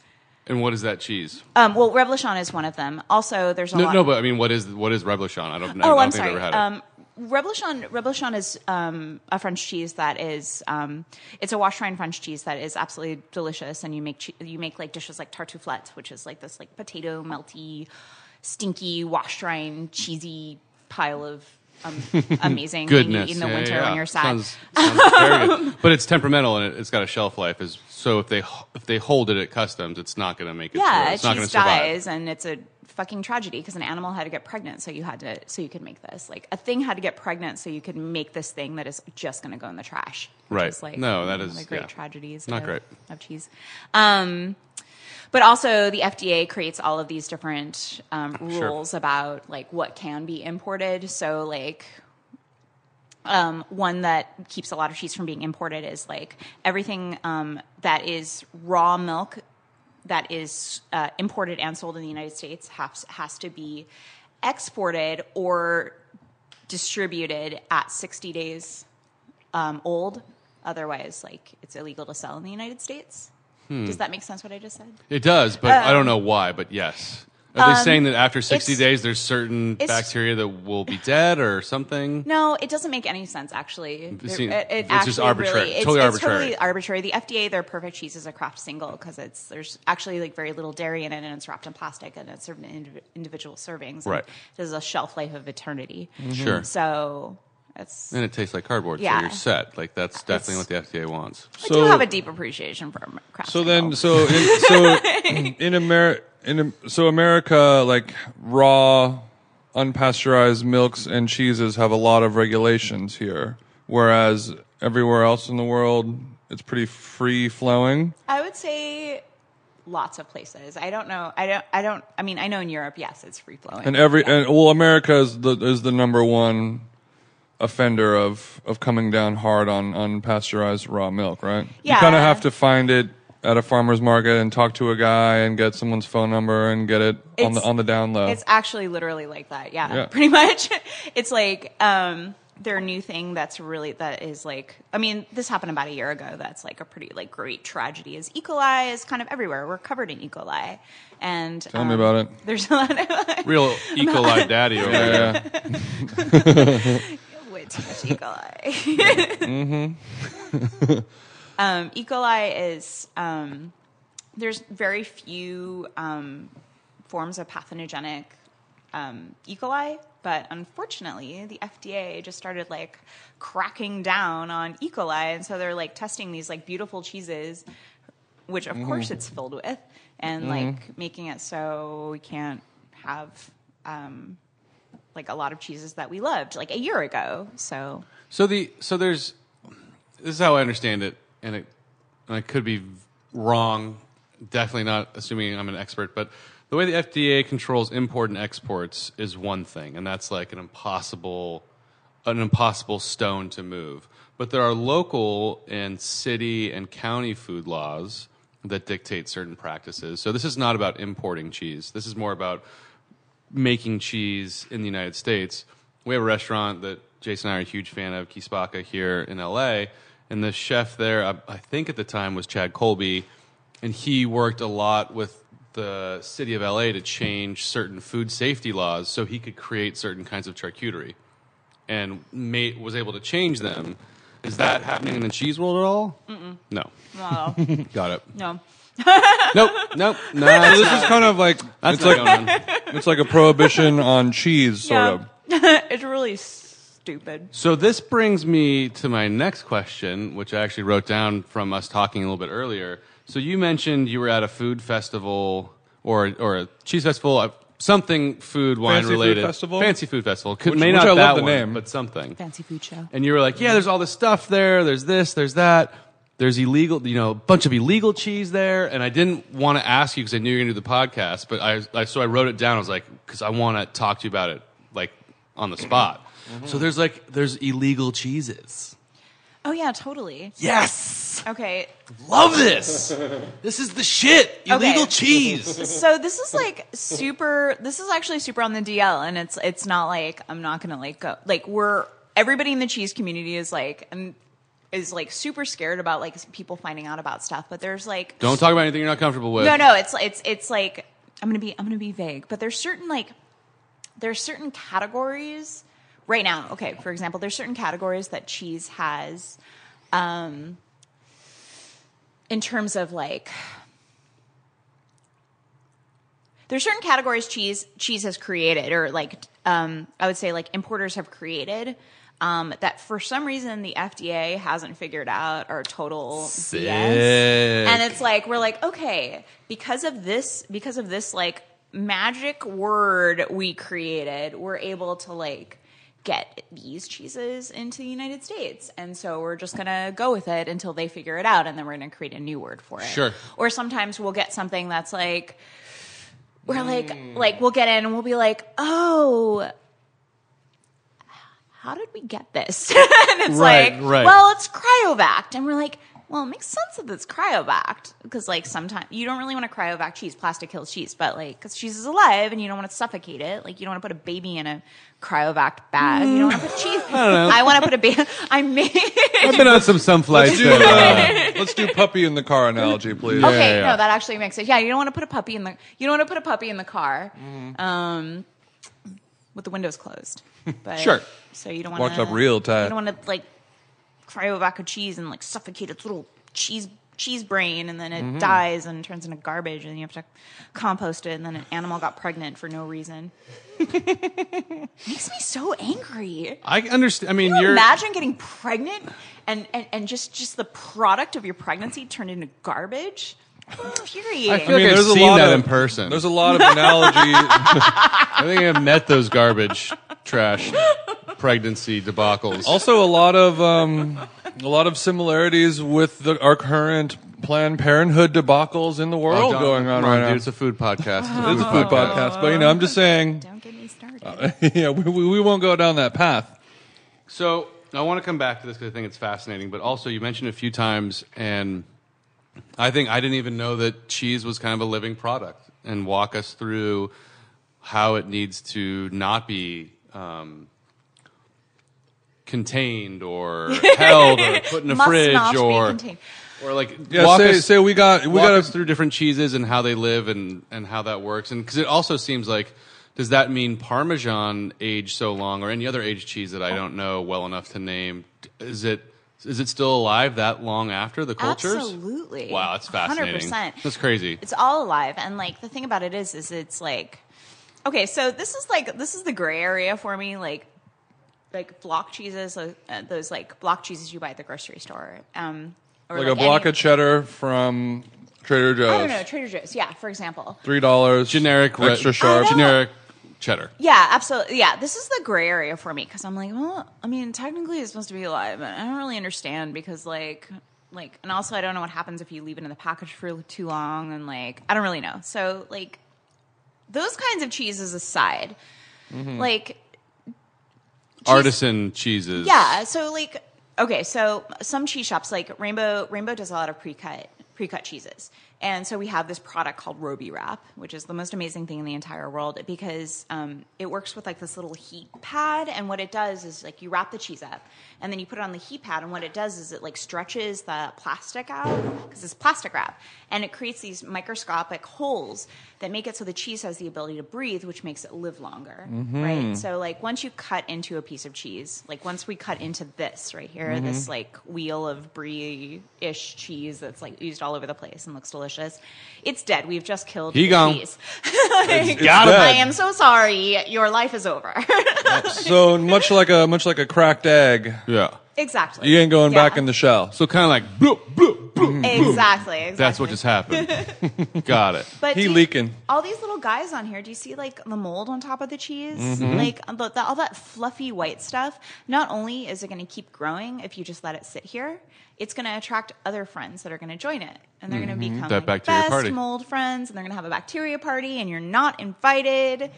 Speaker 4: And what is that cheese?
Speaker 5: Um, well, Reblochon is one of them. Also, there's a
Speaker 4: no,
Speaker 5: lot.
Speaker 4: no, but I mean, what is what is reblochon? I don't know. I
Speaker 5: Oh,
Speaker 4: don't
Speaker 5: I'm
Speaker 4: think I've
Speaker 5: sorry.
Speaker 4: ever had it.
Speaker 5: Um, Reblochon, Reblochon is um, a French cheese that is um, it's a Washtein French cheese that is absolutely delicious, and you make che- you make like dishes like tartuflette, which is like this like potato melty, stinky Washtein cheesy pile of um, amazing thing you
Speaker 4: Goodness,
Speaker 5: eat in the
Speaker 4: Yeah, yeah,
Speaker 5: winter
Speaker 4: yeah.
Speaker 5: when you're sad.
Speaker 4: Sounds, sounds very good. But it's temperamental and it, it's got a shelf life. Is so if they h- if they hold it at customs, it's not going to make it.
Speaker 5: yeah,
Speaker 4: through. it's not going
Speaker 5: cheese
Speaker 4: to survive.
Speaker 5: dies, and it's a fucking tragedy because an animal had to get pregnant, so you had to so you could make this. Like a thing had to get pregnant, so you could make this thing that is just going to go in the trash. which
Speaker 4: Right.
Speaker 5: is, like,
Speaker 4: No, that
Speaker 5: one
Speaker 4: is-
Speaker 5: of the great
Speaker 4: yeah.
Speaker 5: tragedies.
Speaker 4: Not
Speaker 5: of,
Speaker 4: great.
Speaker 5: of cheese. Um, but also the FDA creates all of these different um,
Speaker 4: Sure.
Speaker 5: rules about like what can be imported. So like um, one that keeps a lot of cheese from being imported is like everything um, that is raw milk that is uh, imported and sold in the United States has, has to be exported or distributed at 60 days um, old. Otherwise, like it's illegal to sell in the United States.
Speaker 4: Hmm.
Speaker 5: Does that make sense? What I just said?
Speaker 4: It does, but I don't know why. But yes, are they saying that after sixty
Speaker 5: Um, it's-
Speaker 4: days, there's certain
Speaker 5: it's-
Speaker 4: bacteria that will be dead or something?
Speaker 5: No, it doesn't make any sense. Actually, There-
Speaker 4: seem-
Speaker 5: it, it
Speaker 4: it's
Speaker 5: actually
Speaker 4: just arbitrary,
Speaker 5: Really, it's,
Speaker 4: totally
Speaker 5: it's
Speaker 4: arbitrary.
Speaker 5: totally arbitrary. The FDA, their perfect cheese is a craft single because it's there's actually like very little dairy in it, and it's wrapped in plastic, and it's served in indiv- individual servings. and
Speaker 4: Right. Mm-hmm.
Speaker 5: This is a shelf life of eternity.
Speaker 4: Sure.
Speaker 5: So that's.
Speaker 4: And it tastes like cardboard, so
Speaker 5: Yeah.
Speaker 4: you're set. Like that's definitely what the FDA wants.
Speaker 5: I do have a deep appreciation for craft.
Speaker 3: So
Speaker 5: single.
Speaker 3: then, so in, so in America, in Am- so America, like raw, unpasteurized milks and cheeses have a lot of regulations here, whereas everywhere else in the world, it's pretty free flowing.
Speaker 5: I would say lots of places. I don't know. I don't. I don't. I mean, I know in Europe, yes, it's free flowing.
Speaker 3: And every and well, America is the is the number one offender of of coming down hard on unpasteurized raw milk, right? You kind of
Speaker 5: Yeah.
Speaker 3: have to find it at a farmer's market and talk to a guy and get someone's phone number and get it on the
Speaker 5: It's-
Speaker 3: on the down low.
Speaker 5: It's actually literally like that. Yeah,
Speaker 3: Yeah.
Speaker 5: pretty much. It's like um, their new thing that's really that is like. I mean, this happened about a year ago. That's like a pretty like great tragedy. Is E. coli is kind of everywhere. We're covered in E. coli, and um,
Speaker 3: Tell me about it.
Speaker 5: There's a lot of
Speaker 4: Real E. coli daddy over there.
Speaker 3: Yeah.
Speaker 5: way too much E. coli. um, e. coli is um, there's very few um, forms of pathogenic um, E. coli, but unfortunately, the FDA just started like cracking down on E. coli, and so they're like testing these like beautiful cheeses, which of course it's filled with, and like making it so we can't have. Um, like a lot of cheeses that we loved like a year ago. So
Speaker 4: So the so there's this is how I understand it, and it and I could be wrong. Definitely not assuming I'm an expert, but the way the FDA controls import and exports is one thing, and that's like an impossible an impossible stone to move. But there are local and city and county food laws that dictate certain practices. So this is not about importing cheese. This is more about making cheese in the United States. We have a restaurant that Jason and I are a huge fan of, Kisbaka, here in LA. And the chef there, I, I think at the time, was Chad Colby. And he worked a lot with the city of LA to change certain food safety laws so he could create certain kinds of charcuterie and made, was able to change them. Is that happening in the cheese world at all? Mm-mm. No.
Speaker 5: well,
Speaker 4: Got it.
Speaker 5: Oh, no.
Speaker 4: Nope. Nope. No. that's
Speaker 3: this is kind of like
Speaker 4: that's
Speaker 3: it's
Speaker 4: not
Speaker 3: like
Speaker 4: going on.
Speaker 3: it's like a prohibition on cheese, sort
Speaker 5: Yeah.
Speaker 3: of.
Speaker 5: it's really stupid.
Speaker 4: So this brings me to my next question, which I actually wrote down from us talking a little bit earlier. So you mentioned you were at a food festival or or a cheese festival, uh, something food wine
Speaker 3: Fancy food
Speaker 4: related
Speaker 3: festival?
Speaker 4: fancy food festival. Could,
Speaker 3: Which-
Speaker 4: may
Speaker 3: which
Speaker 4: not
Speaker 3: I
Speaker 4: that
Speaker 3: love the
Speaker 4: one,
Speaker 3: name.
Speaker 4: but something.
Speaker 5: Fancy food show.
Speaker 4: And you were like, yeah, there's all this stuff there. There's this, there's that. There's illegal, you know, a bunch of illegal cheese there. And I didn't want to ask you because I knew you were going to do the podcast, but I, I, so I wrote it down. I was like, because I want to talk to you about it, like on the spot.
Speaker 5: Mm-hmm.
Speaker 4: So there's like, there's illegal cheeses.
Speaker 5: Oh yeah, totally.
Speaker 4: Yes.
Speaker 5: Okay.
Speaker 4: Love this. this is the shit. Illegal
Speaker 5: Okay.
Speaker 4: cheese.
Speaker 5: So this is like super this is actually super on the DL and it's it's not like I'm not going to like go like we're everybody in the cheese community is like um is like super scared about like people finding out about stuff, but there's like
Speaker 4: Don't talk about anything you're not comfortable with.
Speaker 5: No, no, it's it's it's like I'm gonna be I'm gonna be vague, but there's certain like there's certain categories right now. Okay, for example, there's certain categories that cheese has, um, in terms of like there's certain categories cheese cheese has created or like um, i would say like importers have created um, that for some reason the fda hasn't figured out are total
Speaker 4: Sick.
Speaker 5: BS. and it's like we're like okay because of this because of this like magic word we created we're able to like get these cheeses into the united states and so we're just gonna go with it until they figure it out and then we're gonna create a new word for it
Speaker 4: Sure.
Speaker 5: or sometimes we'll get something that's like we're like like we'll get in and we'll be like oh how did we get this and it's
Speaker 4: Right,
Speaker 5: like
Speaker 4: right.
Speaker 5: well it's cryovac and we're like well, it makes sense that it's cryovac because like sometimes you don't really want to cryovac cheese. Plastic kills cheese, but like because cheese is alive and you don't want to suffocate it. Like you don't want to put a baby in a cryovac bag. You don't want to put cheese. I, want to put a baby. I may.
Speaker 4: I've been on some sunfly
Speaker 3: Let's do,
Speaker 4: shows.
Speaker 3: uh, let's do puppy in the car analogy, please.
Speaker 5: okay,
Speaker 4: yeah, yeah.
Speaker 5: no, that actually makes sense. Yeah, you don't want to put a puppy in the you don't want to put a puppy in the car,
Speaker 4: Mm-hmm.
Speaker 5: um, with the windows closed. But,
Speaker 4: Sure.
Speaker 5: So you don't
Speaker 3: Locked
Speaker 5: want
Speaker 3: up real tight.
Speaker 5: You don't want to like cryovac a cheese and like suffocate its little cheese cheese brain, and then it
Speaker 4: Mm-hmm.
Speaker 5: dies and turns into garbage, and you have to compost it, and then an animal got pregnant for no reason. makes me so angry.
Speaker 4: I understand. I mean,
Speaker 5: Can you
Speaker 4: you're.
Speaker 5: imagine getting pregnant and, and, and just, just the product of your pregnancy turned into garbage? Infuriating.
Speaker 4: I feel like
Speaker 3: there's
Speaker 4: I've
Speaker 3: a
Speaker 4: seen
Speaker 3: lot
Speaker 4: that
Speaker 3: of-
Speaker 4: in person.
Speaker 3: There's a lot of analogy.
Speaker 4: I think I've met those garbage, trash, pregnancy debacles.
Speaker 3: also, a lot of um, a lot of similarities with the, our current Planned Parenthood debacles in the
Speaker 4: Oh,
Speaker 3: world
Speaker 4: Don,
Speaker 3: going on
Speaker 4: come
Speaker 3: right now.
Speaker 4: dude, It's a food podcast. It's a
Speaker 3: It's a food podcast, but you know, I'm just saying.
Speaker 5: Don't get me started.
Speaker 4: Uh,
Speaker 3: yeah, we, we we won't go down that path.
Speaker 4: So I want to come back to this because I think it's fascinating. But also, you mentioned a few times, and I think I didn't even know that cheese was kind of a living product. And walk us through how it needs to not be um, contained or held or put in a
Speaker 5: Must
Speaker 4: fridge
Speaker 5: not be
Speaker 4: or
Speaker 5: contained.
Speaker 4: or like
Speaker 3: Yeah,
Speaker 4: walk
Speaker 3: say,
Speaker 4: us-
Speaker 3: say we got we
Speaker 4: walk
Speaker 3: got
Speaker 4: us through different cheeses and how they live and, and how that works. And because it also seems like, does that mean Parmesan aged so long or any other aged cheese that I don't know well enough to name? Is it is it still alive that long after the cultures?
Speaker 5: Absolutely.
Speaker 4: Wow, that's fascinating.
Speaker 5: 100%.
Speaker 4: That's crazy.
Speaker 5: It's all alive, and like the thing about it is, is it's like, okay, so this is like this is the gray area for me, like like block cheeses, uh, uh, those like block cheeses you buy at the grocery store, um, or
Speaker 3: like a block
Speaker 5: any-
Speaker 3: of cheddar from Trader Joe's.
Speaker 5: I don't know Trader Joe's, yeah, for example.
Speaker 3: Three dollars.
Speaker 4: generic red-
Speaker 3: Extra sharp.
Speaker 5: I know.
Speaker 4: generic cheddar.
Speaker 5: Yeah, absolutely. Yeah, this is the gray area for me because I'm like, well, I mean, technically it's supposed to be alive, but I don't really understand because like, like, and also I don't know what happens if you leave it in the package for too long, and like, I don't really know. So like, those kinds of cheeses aside, like,
Speaker 4: Artisan cheeses.
Speaker 5: yeah. So like, okay, so some cheese shops like Rainbow Rainbow does a lot of pre-cut pre-cut cheeses. And so we have this product called Roby Wrap, which is the most amazing thing in the entire world because um, it works with like this little heat pad. And what it does is like you wrap the cheese up and then you put it on the heat pad. And what it does is it like stretches the plastic out because it's plastic wrap. And it creates these microscopic holes that make it so the cheese has the ability to breathe, which makes it live longer.
Speaker 3: Mm-hmm.
Speaker 5: Right. So like once you cut into a piece of cheese, like once we cut into this right here,
Speaker 3: Mm-hmm.
Speaker 5: this like wheel of brie-ish cheese that's like oozed all over the place and looks delicious, it's dead. We've just killed
Speaker 4: He
Speaker 5: the
Speaker 4: gone.
Speaker 5: cheese.
Speaker 3: got
Speaker 5: I am so sorry. Your life is over.
Speaker 3: So much like a much like a cracked egg,
Speaker 4: Yeah.
Speaker 5: exactly.
Speaker 3: you ain't going back
Speaker 5: Yeah.
Speaker 3: in the shell. So
Speaker 4: So kind of like bloop, bloop, bloop.
Speaker 5: Exactly. Exactly.
Speaker 4: That's what just happened. Got it.
Speaker 5: But
Speaker 3: he
Speaker 5: do you-
Speaker 3: leaking.
Speaker 5: all these little guys on here. Do you see like the mold on top of the cheese? Like uh, the, the, all that fluffy white stuff. Not only is it going to keep growing if you just let it sit here, it's going to attract other friends that are going to join it, and they're going to become
Speaker 4: That
Speaker 5: like,
Speaker 4: bacteria
Speaker 5: best
Speaker 4: party.
Speaker 5: mold friends, and they're going to have a bacteria party, and you're not invited.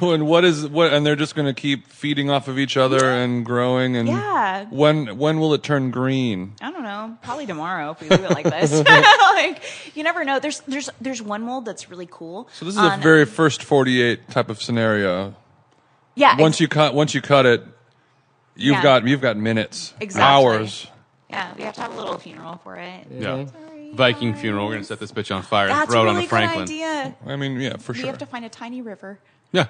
Speaker 3: And what is what? And they're just going to keep feeding off of each other and growing. And
Speaker 5: Yeah.
Speaker 3: when when will it turn green?
Speaker 5: I don't know, probably tomorrow if we leave it like this. like you never know. There's there's there's one mold that's really cool.
Speaker 3: So this is a very first forty-eight type of scenario.
Speaker 5: yeah. ex-
Speaker 3: Once you cut once you cut it, you've
Speaker 5: Yeah.
Speaker 3: got you've got minutes,
Speaker 5: Exactly.
Speaker 3: hours.
Speaker 5: yeah, we have to have a little funeral for it.
Speaker 4: Yeah. Viking funeral. We're gonna set this bitch on fire and
Speaker 5: That's
Speaker 4: throw
Speaker 5: a
Speaker 4: it
Speaker 5: really
Speaker 4: on a Franklin.
Speaker 5: good idea.
Speaker 3: I mean, yeah, for
Speaker 5: We
Speaker 3: sure.
Speaker 5: have to find a tiny river.
Speaker 4: Yeah.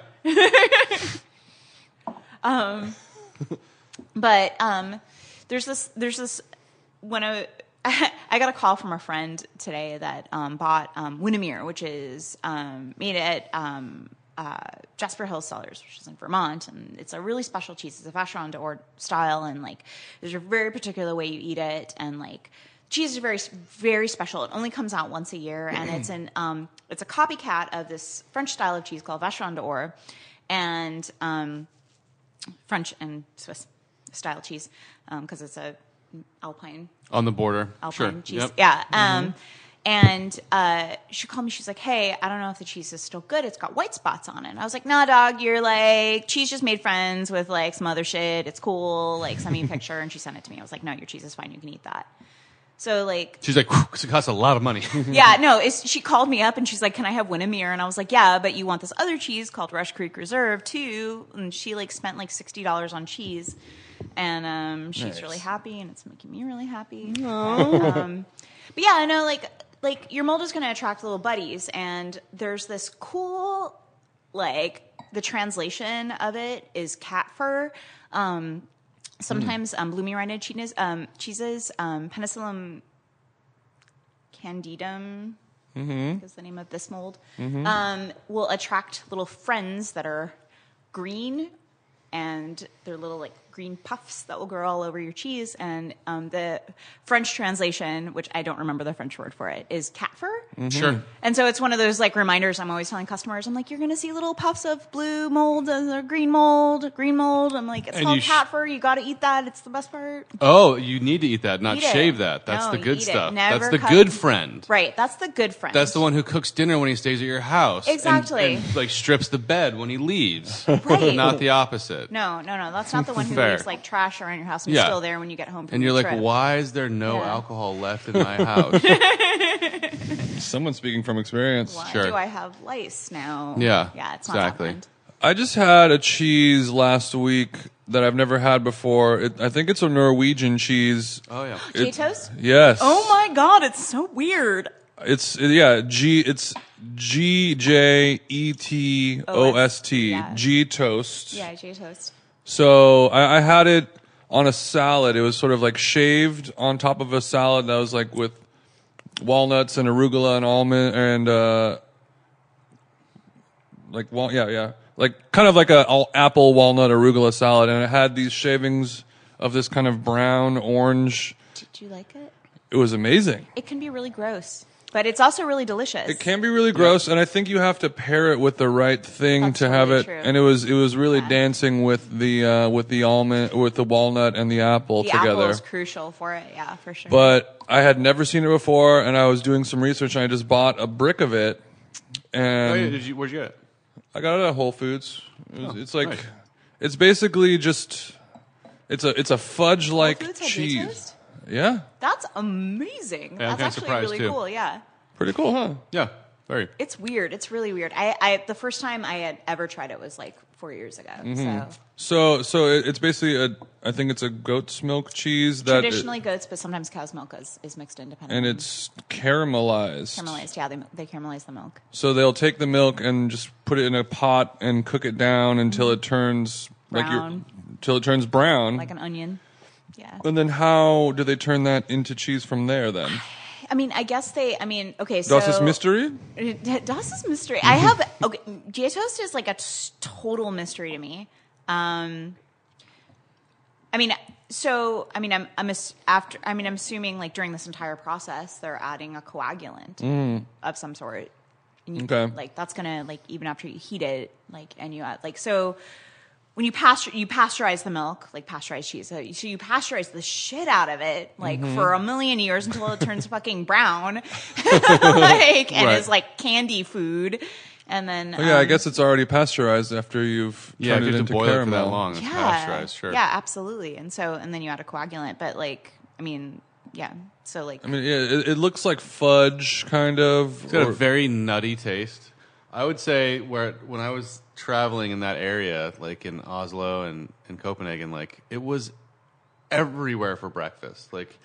Speaker 5: But um, there's this there's this when I I got a call from a friend today that um, bought um, Winnemere, which is um, made at um, uh, Jasper Hill Cellars, which is in Vermont, and it's a really special cheese. It's a vacheron d'or style, and like there's a very particular way you eat it, and like cheese is very very special. It only comes out once a year, and it's an um, it's a copycat of this French style of cheese called vacheron d'or, and um, French and Swiss style cheese because it's a Alpine
Speaker 4: On the border.
Speaker 5: Alpine
Speaker 4: sure.
Speaker 5: cheese.
Speaker 4: Yep. Mm-hmm.
Speaker 5: Yeah. Um, And uh, she called me. She's like, "Hey, I don't know if the cheese is still good. It's got white spots on it." And I was like, "Nah, dog. You're like cheese just made friends with like some other shit. It's cool. Like send me a picture." And she sent it to me. I was like, "No, your cheese is fine. You can eat that." So like,
Speaker 4: She's like, "Whew, 'cause it costs a lot of money.
Speaker 5: yeah, no, it's, she called me up and she's like, "Can I have Winnemere?" And I was like, "Yeah, but you want this other cheese called Rush Creek Reserve too?" And she like spent like sixty dollars on cheese, and um, she's
Speaker 4: Nice.
Speaker 5: really happy, and it's making me really happy. Um, but yeah, I know like like your mold is going to attract little buddies, and there's this cool like the translation of it is cat fur. Um, sometimes um, bloomy rhino cheeses, um, cheeses um, penicillum candidum
Speaker 4: Mm-hmm.
Speaker 5: is the name of this mold um, will attract little friends that are green and they're little like green puffs that will grow all over your cheese and um, the french translation which i don't remember the french word for it is cat fur
Speaker 4: Sure.
Speaker 5: and so it's one of those like reminders I'm always telling customers. I'm like, you're going to see little puffs of blue mold and or green mold, green mold. I'm like, it's
Speaker 4: And you
Speaker 5: called
Speaker 4: sh-
Speaker 5: cat fur. You got to eat that. It's the best part.
Speaker 4: Oh, you need to eat that, not
Speaker 5: Eat it.
Speaker 4: shave that. That's
Speaker 5: No,
Speaker 4: the good
Speaker 5: eat it.
Speaker 4: stuff. That's
Speaker 5: Never
Speaker 4: the
Speaker 5: cut-
Speaker 4: good friend.
Speaker 5: Right. That's the good friend.
Speaker 4: That's the one who cooks dinner when he stays at your house. and-
Speaker 5: Exactly.
Speaker 4: and, like strips the bed when he leaves.
Speaker 5: Right.
Speaker 4: Not the opposite.
Speaker 5: No, no, no. That's not the one who
Speaker 4: Fair.
Speaker 5: leaves like trash around your house and
Speaker 4: Yeah.
Speaker 5: is still there when you get home. From
Speaker 4: And you're
Speaker 5: your
Speaker 4: like,
Speaker 5: trip.
Speaker 4: why is there no
Speaker 5: Yeah.
Speaker 4: alcohol left in my house?
Speaker 3: Someone speaking from experience.
Speaker 5: Why
Speaker 4: Sure.
Speaker 5: do I have lice now?
Speaker 4: Yeah,
Speaker 5: Yeah. It's not
Speaker 4: exactly.
Speaker 5: Lapland.
Speaker 3: I just had a cheese last week that I've never had before. It, I think it's a Norwegian cheese.
Speaker 4: oh yeah.
Speaker 3: It-
Speaker 5: Gatos?
Speaker 3: Yes.
Speaker 5: Oh my god, it's so weird.
Speaker 3: It's yeah, G it's G J E T O S T.
Speaker 5: Oh, Yeah.
Speaker 3: G toast.
Speaker 5: Yeah, J toast.
Speaker 3: So I, I had it on a salad. It was sort of like shaved on top of a salad that was like with walnuts and arugula and almond and uh like well yeah, yeah. Like kind of like a al- apple walnut arugula salad and it had these shavings of this kind of brown orange.
Speaker 5: Did you like it?
Speaker 3: It was amazing.
Speaker 5: It can be really gross, but it's also really delicious.
Speaker 3: It can be really gross, and I think you have to pair it with the right thing
Speaker 5: That's
Speaker 3: to have
Speaker 5: totally
Speaker 3: it.
Speaker 5: true.
Speaker 3: And it was it was really
Speaker 5: Yeah.
Speaker 3: dancing with the uh, with the almond with the walnut and the apple
Speaker 5: the
Speaker 3: together.
Speaker 5: apple is crucial for it. Yeah, for sure.
Speaker 3: but I had never seen it before, and I was doing some research, and I just bought a brick of it, and
Speaker 4: Oh, yeah, did you, where'd you get it?
Speaker 3: I got it at Whole Foods. It was, it's like
Speaker 4: nice.
Speaker 3: it's basically just it's a it's a fudge like
Speaker 5: Foods had
Speaker 3: cheese.
Speaker 5: Daytoast?
Speaker 3: Yeah,
Speaker 5: That's amazing.
Speaker 4: Yeah, I'm
Speaker 5: That's
Speaker 4: kinda
Speaker 5: actually
Speaker 4: surprised,
Speaker 5: really
Speaker 4: too.
Speaker 5: cool. Yeah.
Speaker 3: pretty cool, huh?
Speaker 4: Yeah. Very.
Speaker 5: It's weird. It's really weird. I, I the first time I had ever tried it was like four years ago.
Speaker 4: Mm-hmm.
Speaker 3: So
Speaker 5: So
Speaker 3: so it, it's basically a I think it's a goat's milk cheese that
Speaker 5: traditionally goats, but sometimes cow's milk is, is mixed in depending.
Speaker 3: and
Speaker 5: on-
Speaker 3: it's caramelized.
Speaker 5: caramelized. Yeah, they they caramelize the milk.
Speaker 3: So they'll take the milk and just put it in a pot and cook it down until it turns
Speaker 5: Brown.
Speaker 3: until it turns brown.
Speaker 5: Like an onion. Yeah.
Speaker 3: and then how do they turn that into cheese from there? Then
Speaker 5: I mean, I guess they I mean, okay, so
Speaker 3: das ist mystery. Mm-hmm.
Speaker 5: Das is mystery. I have okay. Gia toast is like a t- total mystery to me. Um, I mean, so I mean, I'm I'm ass- after. I mean, I'm assuming like during this entire process, they're adding a coagulant of some sort. And you,
Speaker 3: Mm-hmm. Okay.
Speaker 5: Like that's gonna like even after you heat it, like and you add like so. When you pasture, you pasteurize the milk, like pasteurized cheese. So you, so you pasteurize the shit out of it, like
Speaker 3: Mm-hmm.
Speaker 5: for a million years until it turns fucking brown, like and
Speaker 4: Right.
Speaker 5: is like candy food. And then
Speaker 3: Oh, yeah, I
Speaker 5: um,
Speaker 3: guess it's already pasteurized after you've
Speaker 4: Yeah,
Speaker 3: turned
Speaker 4: you
Speaker 3: it
Speaker 4: have
Speaker 3: into
Speaker 4: to boil
Speaker 3: caramel.
Speaker 4: it for that long. It's
Speaker 5: yeah,
Speaker 4: pasteurized, sure.
Speaker 5: yeah, absolutely. And so and then you add a coagulant, but like I mean, yeah. So like
Speaker 3: I mean, yeah, it, it looks like fudge, kind of.
Speaker 4: It's got a
Speaker 3: or-
Speaker 4: very nutty taste. I would say where when I was traveling in that area, like in Oslo and, and Copenhagen, like it was everywhere for breakfast. Like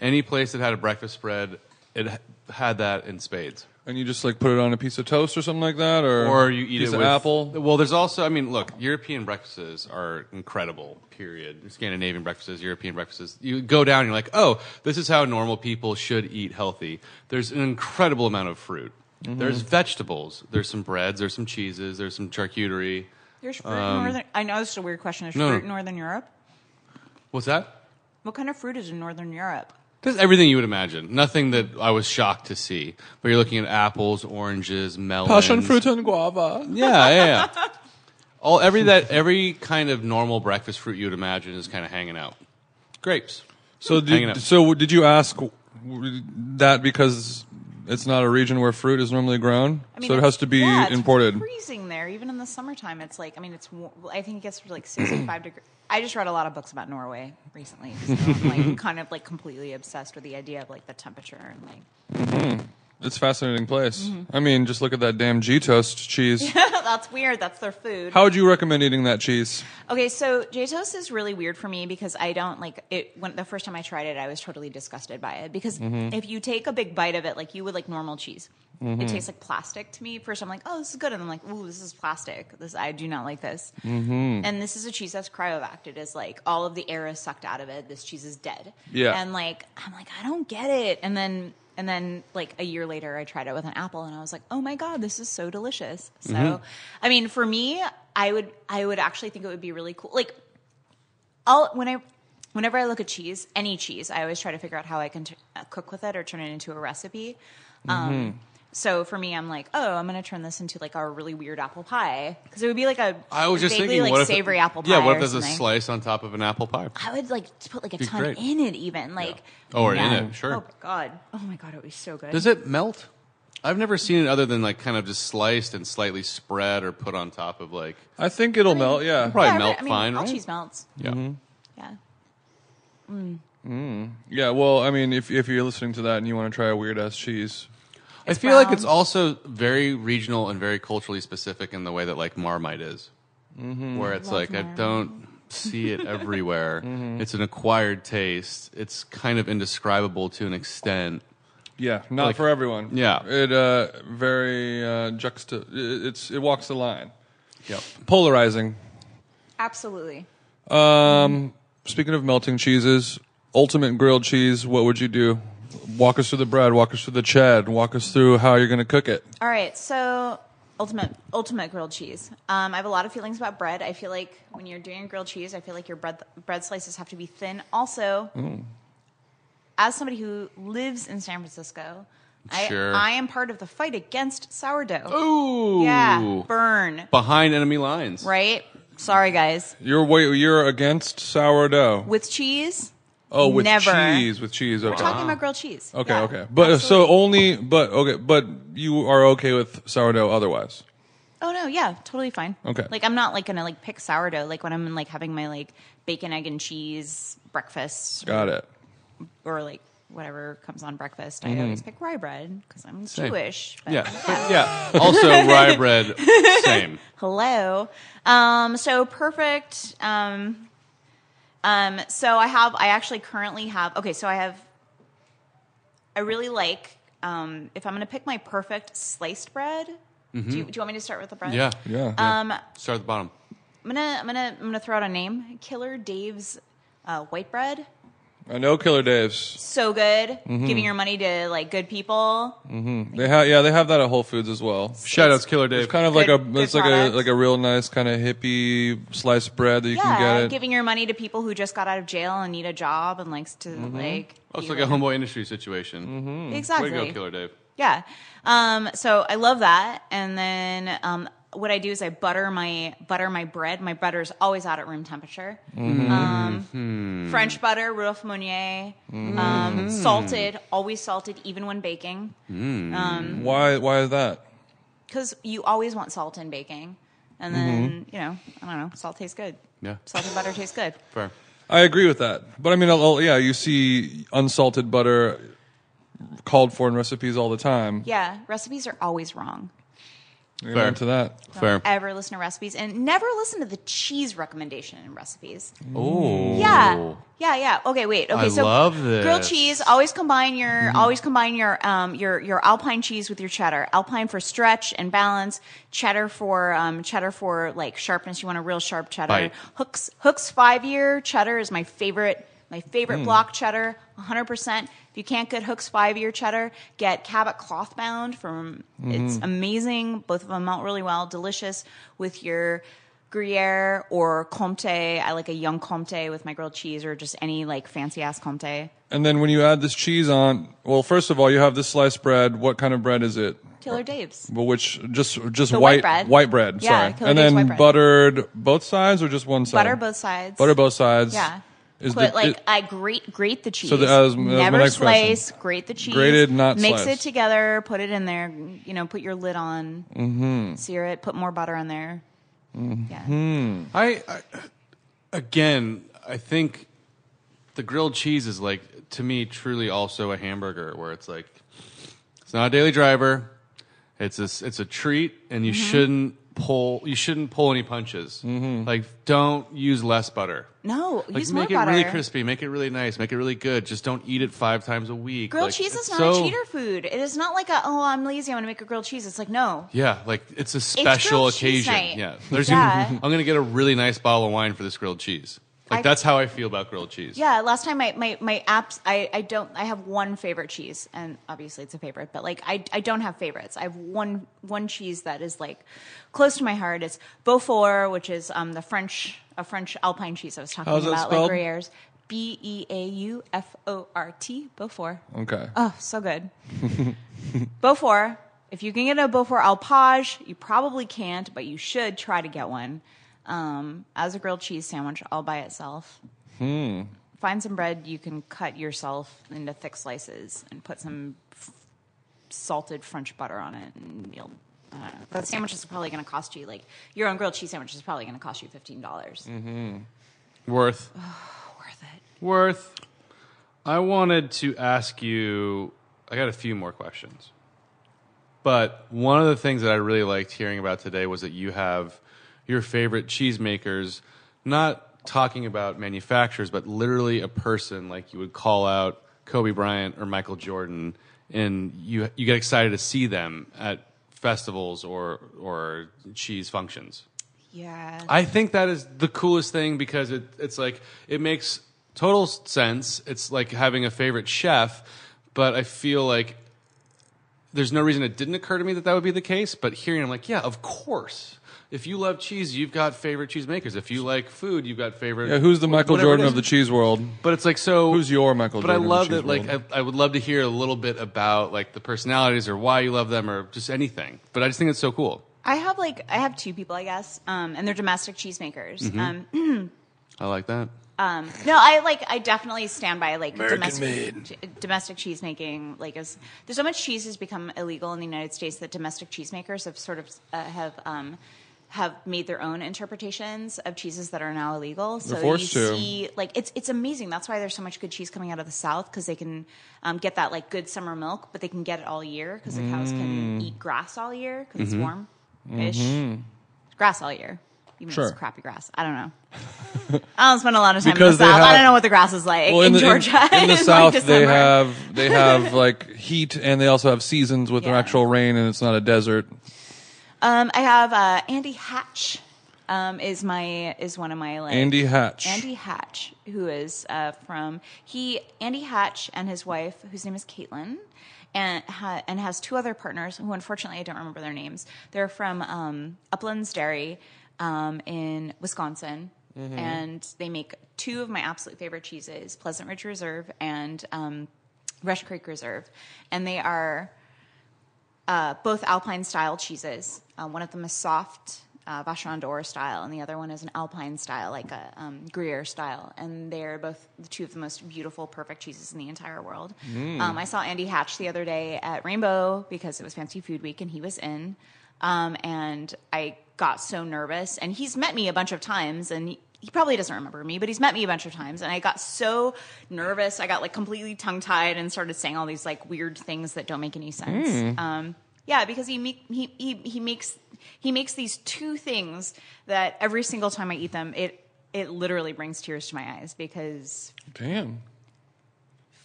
Speaker 4: any place that had a breakfast spread, it h- had that in spades.
Speaker 3: and you just like put it on a piece of toast or something like that, or
Speaker 4: Or you eat
Speaker 3: piece
Speaker 4: it
Speaker 3: of
Speaker 4: with
Speaker 3: apple.
Speaker 4: Well, there's also, I mean, look, European breakfasts are incredible. Period. Scandinavian breakfasts, European breakfasts. You go down, you're like, oh, this is how normal people should eat healthy. There's an incredible amount of fruit.
Speaker 3: Mm-hmm.
Speaker 4: There's vegetables. There's some breads. There's some cheeses. There's some charcuterie.
Speaker 5: there's fruit
Speaker 3: um,
Speaker 5: in northern I know this is a weird question. Is
Speaker 4: no,
Speaker 5: fruit in
Speaker 4: no.
Speaker 5: northern Europe?
Speaker 4: What's that?
Speaker 5: What kind of fruit is in northern Europe?
Speaker 4: There's everything you would imagine. Nothing that I was shocked to see. But you're looking at apples, oranges, melons,
Speaker 3: Passion fruit and guava.
Speaker 4: Yeah, yeah, yeah. All every that every kind of normal breakfast fruit you'd imagine is kind of hanging out. Grapes.
Speaker 3: So did,
Speaker 4: Hanging out.
Speaker 3: so did you ask w- that because it's not a region where fruit is normally grown,
Speaker 5: I mean,
Speaker 3: so it has to be
Speaker 5: yeah, it's
Speaker 3: imported.
Speaker 5: Freezing there, even in the summertime, it's like I mean, it's wa- I think it gets to like sixty-five degrees. I just read a lot of books about Norway recently, so I'm like kind of like completely obsessed with the idea of like the temperature and like
Speaker 3: It's a fascinating place.
Speaker 5: Mm-hmm.
Speaker 3: I mean, just look at that damn G toast cheese.
Speaker 5: that's weird. That's their food.
Speaker 3: How would you recommend eating that cheese?
Speaker 5: Okay, so J toast is really weird for me because I don't like it. When the first time I tried it, I was totally disgusted by it because
Speaker 3: Mm-hmm.
Speaker 5: if you take a big bite of it, like you would like normal cheese, it tastes like plastic to me. First, I'm like, oh, this is good, and I'm like, ooh, this is plastic. This I do not like this. And this is a cheese that's cryovac. It is like all of the air is sucked out of it. This cheese is dead.
Speaker 3: Yeah.
Speaker 5: and like I'm like I don't get it. And then and then like a year later, I tried it with an apple, and I was like, oh my god, this is so delicious. So, I mean, for me, I would I would actually think it would be really cool. Like, I'll when I. Whenever I look at cheese, any cheese, I always try to figure out how I can t- uh, cook with it or turn it into a recipe.
Speaker 4: Mm-hmm.
Speaker 5: Um, so for me, I'm like, oh, I'm going to turn this into like a really weird apple pie because it would be like a
Speaker 4: I was just
Speaker 5: vaguely,
Speaker 4: thinking,
Speaker 5: like
Speaker 4: what if
Speaker 5: savory apple pie.
Speaker 4: Yeah, what
Speaker 5: or
Speaker 4: if there's
Speaker 5: something.
Speaker 4: a slice on top of an apple pie?
Speaker 5: I would like to put like a
Speaker 4: Be
Speaker 5: ton
Speaker 4: great.
Speaker 5: in it, even like
Speaker 4: Or in
Speaker 5: Yeah.
Speaker 4: it, sure.
Speaker 5: Oh my god! Oh my god, it would be so good.
Speaker 4: Does it melt? I've never seen it other than like kind of just sliced and slightly spread or put on top of like.
Speaker 3: I think it'll melt. Yeah,
Speaker 4: Probably
Speaker 5: Yeah, but,
Speaker 4: melt
Speaker 5: I mean,
Speaker 4: fine,
Speaker 5: all
Speaker 4: right?
Speaker 5: cheese melts.
Speaker 4: Yeah.
Speaker 5: Yeah,
Speaker 3: yeah. Well, I mean, if if you're listening to that and you want to try a weird ass cheese,
Speaker 4: I feel like it's
Speaker 5: brown.
Speaker 4: also very regional and very culturally specific in the way that like Marmite is, where it's like I don't see it everywhere. It's an acquired taste. It's kind of indescribable to an extent.
Speaker 3: yeah, not
Speaker 4: Like-
Speaker 3: for everyone.
Speaker 4: Yeah.
Speaker 3: it uh, very uh, juxta. It, it's it walks the line.
Speaker 4: Yep.
Speaker 3: Polarizing.
Speaker 5: absolutely.
Speaker 3: Um, speaking of melting cheeses, ultimate grilled cheese. What would you do? Walk us through the bread. Walk us through the chad. Walk us through how you're going to cook it.
Speaker 5: All right, so ultimate ultimate grilled cheese. Um, I have a lot of feelings about bread. I feel like when you're doing grilled cheese, I feel like your bread bread slices have to be thin. Also,
Speaker 3: Mm.
Speaker 5: as somebody who lives in San Francisco, I,
Speaker 4: Sure.
Speaker 5: I am part of the fight against sourdough.
Speaker 4: Ooh.
Speaker 5: Yeah, burn.
Speaker 4: Behind enemy lines.
Speaker 5: Right? Sorry, guys.
Speaker 3: You're wait, you're against sourdough.
Speaker 5: With cheese,
Speaker 3: Oh, with
Speaker 5: never.
Speaker 3: cheese, with cheese. Okay.
Speaker 5: talking about grilled cheese.
Speaker 3: Okay,
Speaker 5: Yeah,
Speaker 3: okay. But so
Speaker 5: absolutely.
Speaker 3: only but okay, but you are okay with sourdough otherwise.
Speaker 5: Oh no, yeah, totally fine.
Speaker 3: Okay.
Speaker 5: Like I'm not like gonna like pick sourdough like when I'm like having my like bacon, egg, and cheese breakfast
Speaker 3: Got it.
Speaker 5: or like whatever comes on breakfast. I always pick rye bread because I'm
Speaker 4: Mm-hmm. Same.
Speaker 5: Jewish. but-
Speaker 4: Yeah. Yeah. also, rye bread. Same.
Speaker 5: Hello. Um, so perfect. Um, um, so I have, I actually currently have, okay, so I have, I really like, um, if I'm going to pick my perfect sliced bread, do, you, do you want me to start with the bread?
Speaker 4: Mm-hmm. Yeah.
Speaker 3: Yeah.
Speaker 5: Um,
Speaker 4: Start at the bottom.
Speaker 5: I'm gonna, I'm gonna, I'm gonna throw out a name. Killer Dave's uh, white bread,
Speaker 3: I know Killer Dave's.
Speaker 5: so good.
Speaker 4: Mm-hmm.
Speaker 5: Giving your money to like good people.
Speaker 3: They have yeah, they have that at Whole Foods as well.
Speaker 4: Shout outs, Killer Dave.
Speaker 3: It's kind of like
Speaker 5: Good-
Speaker 3: a
Speaker 5: good
Speaker 3: it's like
Speaker 5: products.
Speaker 3: a like a real nice kind of hippie sliced bread that you
Speaker 5: Yeah,
Speaker 3: can get it.
Speaker 5: giving your money to people who just got out of jail and need a job and likes to like.
Speaker 4: Oh, it's
Speaker 5: be
Speaker 4: like a homeboy industry situation.
Speaker 5: Exactly.
Speaker 4: Way to go, Killer Dave.
Speaker 5: Yeah. Um, so I love that. And then um, what I do is I butter my butter my bread. My butter is always out at room temperature.
Speaker 4: Mm-hmm.
Speaker 5: Um, French butter, Rudolf Meunier,
Speaker 4: Mm-hmm.
Speaker 5: um, salted, always salted, even when baking,
Speaker 3: Why why is that?
Speaker 5: because you always want salt in baking. And then
Speaker 4: Mm-hmm.
Speaker 5: you know, I don't know, salt tastes good.
Speaker 4: Yeah.
Speaker 5: Salt and butter tastes good.
Speaker 4: Fair.
Speaker 3: I agree with that. But I mean, I'll, yeah, you see unsalted butter called for in recipes all the time.
Speaker 5: Yeah, recipes are always wrong.
Speaker 3: Amen to that.
Speaker 4: Fair.
Speaker 5: Ever listen to recipes and never listen to the cheese recommendation in recipes.
Speaker 4: Oh.
Speaker 5: Yeah. Yeah, yeah. Okay, wait. Okay,
Speaker 4: I
Speaker 5: so
Speaker 4: love
Speaker 5: grilled
Speaker 4: this.
Speaker 5: cheese. Always combine your always combine your um your your alpine cheese with your cheddar. Alpine for stretch and balance. Cheddar for um cheddar for like sharpness. You want a real sharp cheddar.
Speaker 4: Bite.
Speaker 5: Hooks Hooks five year cheddar is my favorite. My favorite block cheddar, 100%. If you can't get Hooks five year cheddar, get Cabot cloth bound from. It's amazing. Both of them melt really well. Delicious with your Gruyere or Comte. I like a young Comte with my grilled cheese or just any like fancy ass Comte.
Speaker 3: And then when you add this cheese on, well, first of all, you have this sliced bread. What kind of bread is it?
Speaker 5: Killer Dave's.
Speaker 3: Well, which just just
Speaker 5: The
Speaker 3: white
Speaker 5: white bread. Yeah,
Speaker 3: sorry,
Speaker 5: Killer
Speaker 3: and then
Speaker 5: Dave's white bread.
Speaker 3: buttered both sides or just one side?
Speaker 5: Butter both sides.
Speaker 3: Butter both sides.
Speaker 5: Yeah.
Speaker 3: Is
Speaker 5: Put
Speaker 3: the-
Speaker 5: like
Speaker 3: it-
Speaker 5: I grate grate the cheese.
Speaker 3: So that was- that was my
Speaker 5: Never
Speaker 3: next question.
Speaker 5: slice, grate the cheese.
Speaker 3: Grated, not
Speaker 5: mix
Speaker 3: sliced.
Speaker 5: it together, put it in there. You know, put your lid on, mm-hmm. sear it, put more butter on there. Yeah.
Speaker 4: I, I again, I think the grilled cheese is like to me truly also a hamburger, where it's like it's not a daily driver. It's a s- it's a treat, and
Speaker 5: Mm-hmm.
Speaker 4: you shouldn't pull you shouldn't pull any punches. Like don't use less butter.
Speaker 5: No,
Speaker 4: Like
Speaker 5: Mm-hmm. use
Speaker 4: make
Speaker 5: more
Speaker 4: it
Speaker 5: butter.
Speaker 4: really crispy, make it really nice, make it really good. Just don't eat it five times a week.
Speaker 5: Grilled
Speaker 4: Like,
Speaker 5: cheese is
Speaker 4: it's
Speaker 5: not a
Speaker 4: so-
Speaker 5: cheater food. It is not like a oh I'm lazy I'm gonna make a grilled cheese. It's like no.
Speaker 4: Yeah, like it's a special
Speaker 5: grilled cheese
Speaker 4: occasion.
Speaker 5: night.
Speaker 4: Yeah, there's
Speaker 5: Yeah.
Speaker 4: I'm gonna get a really nice bottle of wine for this grilled cheese. Like
Speaker 5: I-
Speaker 4: that's how I feel about grilled cheese.
Speaker 5: Yeah, last time I my my apps I I don't I have one favorite cheese and obviously it's a favorite, but like I I don't have favorites. I have one one cheese that is like close to my heart. It's Beaufort, which is um the French a French alpine cheese I was talking
Speaker 3: How's that
Speaker 5: about,
Speaker 3: spelled?
Speaker 5: like Gruyères. B E A U F O R T Beaufort.
Speaker 3: Okay.
Speaker 5: Oh, so good. Beaufort. If you can get a Beaufort Alpage, you probably can't, but you should try to get one. Um, as a grilled cheese sandwich all by itself. Hmm. Find some bread you can cut yourself into thick slices and put some f- salted French butter on it, and you'll. I don't know. That sandwich is probably going to cost you like your own grilled cheese sandwich is probably going to cost you fifteen dollars.
Speaker 4: Worth.
Speaker 5: Worth it.
Speaker 4: Worth. I wanted to ask you. I got a few more questions, but one of the things that I really liked hearing about today was that you have your favorite cheesemakers, not talking about manufacturers, but literally a person like you would call out Kobe Bryant or Michael Jordan, and you you get excited to see them at festivals or or cheese functions.
Speaker 5: Yeah.
Speaker 4: I think that is the coolest thing because it, it's like it makes total s- sense. It's like having a favorite chef, but I feel like there's no reason it didn't occur to me that that would be the case. But hearing, it, I'm like, yeah, of course. If you love cheese, you've got favorite cheesemakers. If you like food, you've got favorite.
Speaker 3: Yeah, who's the
Speaker 4: wh-
Speaker 3: Michael
Speaker 4: whatever it
Speaker 3: Jordan
Speaker 4: is.
Speaker 3: of the cheese world?
Speaker 4: But it's like so.
Speaker 3: Who's your Michael
Speaker 4: But
Speaker 3: Jordan
Speaker 4: I
Speaker 3: of
Speaker 4: love
Speaker 3: the
Speaker 4: that.
Speaker 3: cheese
Speaker 4: Like I,
Speaker 3: world?
Speaker 4: I would love to hear a little bit about like the personalities or why you love them or just anything. But I just think it's so cool.
Speaker 5: I have like I have two people I guess, um, and they're domestic cheesemakers. Um,
Speaker 4: I like that.
Speaker 5: No, I like I definitely stand by like domestic domestic cheese making. Like, is there's so much cheese has become illegal in the United States that domestic cheesemakers have sort of uh, have um, have made their own interpretations of cheeses that are now illegal. So
Speaker 3: forced
Speaker 5: you
Speaker 3: to.
Speaker 5: see, like it's it's amazing. That's why there's so much good cheese coming out of the South because they can um, get that like good summer milk, but they can get it all year because the cows
Speaker 3: Mm.
Speaker 5: can eat grass all year because
Speaker 3: Mm-hmm.
Speaker 5: it's warm ish. Grass all year. Even if
Speaker 3: Sure.
Speaker 5: it's crappy grass. I don't know. I don't spend a lot of time
Speaker 3: Because
Speaker 5: in the
Speaker 3: they
Speaker 5: South. I
Speaker 3: have-
Speaker 5: don't know what the grass is like in,
Speaker 3: the,
Speaker 5: Georgia.
Speaker 3: in, the
Speaker 5: like,
Speaker 3: South, they
Speaker 5: December.
Speaker 3: have they have like heat, and they also have seasons with
Speaker 5: Yeah.
Speaker 3: actual rain, and it's not a desert.
Speaker 5: Um, I have uh, Andy Hatch. Um, is my is one of my like
Speaker 3: Andy Hatch.
Speaker 5: Andy Hatch, who is uh, from he Andy Hatch and his wife, whose name is Caitlin, and ha- and has two other partners who unfortunately I don't remember their names. They're from um, Uplands Dairy um, in Wisconsin, and they make two of my absolute favorite cheeses: Pleasant Ridge Reserve and um, Rush Creek Reserve, and they are uh, both Alpine style cheeses. Uh, one of them is soft uh, Vacheron d'Or style, and the other one is an Alpine style, like a um, Gruyere style. And they're both the two of the most beautiful, perfect cheeses in the entire world. Um, I saw Andy Hatch the other day at Rainbow because it was Fancy Food Week, and he was in. Um, and I got so nervous, and he's met me a bunch of times, and. He, he probably doesn't remember me, but he's met me a bunch of times, and I got so nervous. I got like completely tongue tied and started saying all these like weird things that don't make any sense. Um, yeah, because he, make, he he he makes he makes these two things that every single time I eat them, it it literally brings tears to my eyes because
Speaker 3: Damn.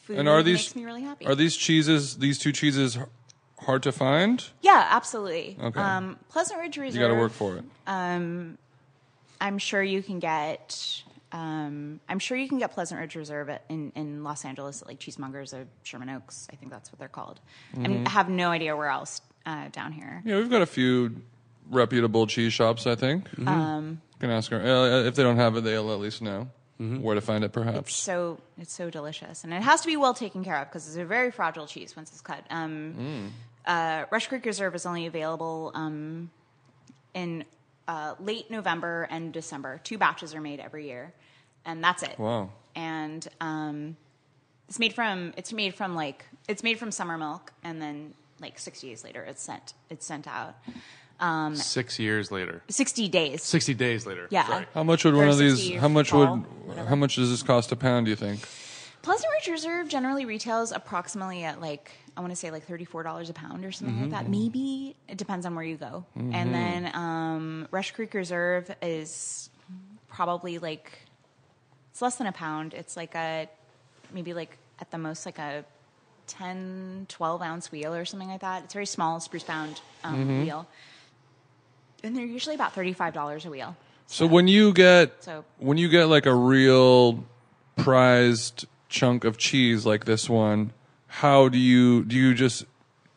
Speaker 5: food
Speaker 3: And are these
Speaker 5: makes me really happy.
Speaker 3: are these cheeses? These two cheeses h- hard to find?
Speaker 5: yeah, absolutely.
Speaker 3: Okay.
Speaker 5: Um, Pleasant Ridge Reserve.
Speaker 3: You got to work for it.
Speaker 5: I'm sure you can get. Um, I'm sure you can get Pleasant Ridge Reserve at, in, in Los Angeles at like Cheesemongers or Sherman Oaks. I think that's what they're called.
Speaker 3: Mm-hmm.
Speaker 5: I'm- I have no idea where else uh, down here.
Speaker 3: Yeah, we've got a few reputable cheese shops. I think.
Speaker 5: Mm-hmm.
Speaker 3: Um, you can ask her uh, if they don't have it. They'll at least know
Speaker 5: Mm-hmm.
Speaker 3: where to find it. Perhaps.
Speaker 5: so it's so delicious, and it has to be well taken care of because it's a very fragile cheese once it's cut. Um, uh, Rush Creek Reserve is only available um, in uh, late November and December. Two batches are made every year, and that's it.
Speaker 3: Wow.
Speaker 5: and um, it's made from it's made from like it's made from summer milk, and then like sixty days later, it's sent it's sent out. Um,
Speaker 4: Six years later.
Speaker 5: sixty days.
Speaker 4: Sixty days later.
Speaker 5: Yeah.
Speaker 4: Sorry.
Speaker 3: How much would one of these?
Speaker 5: 60
Speaker 3: How much
Speaker 5: fall,
Speaker 3: would? How much does this cost a pound? Do you think?
Speaker 5: Pleasant Ridge Reserve generally retails approximately at like I want to say like thirty four dollars a pound or something like that.
Speaker 3: Mm-hmm.
Speaker 5: Maybe it depends on where you go. And then um, Rush Creek Reserve is probably like it's less than a pound. It's like a maybe like at the most like a 10, 12 ounce wheel or something like that. It's a very small spruce bound um,
Speaker 3: Mm-hmm.
Speaker 5: wheel, and they're usually about thirty five dollars a wheel.
Speaker 3: So when you get
Speaker 5: So-
Speaker 3: when you get like a real prized chunk of cheese like this one, how do you do you just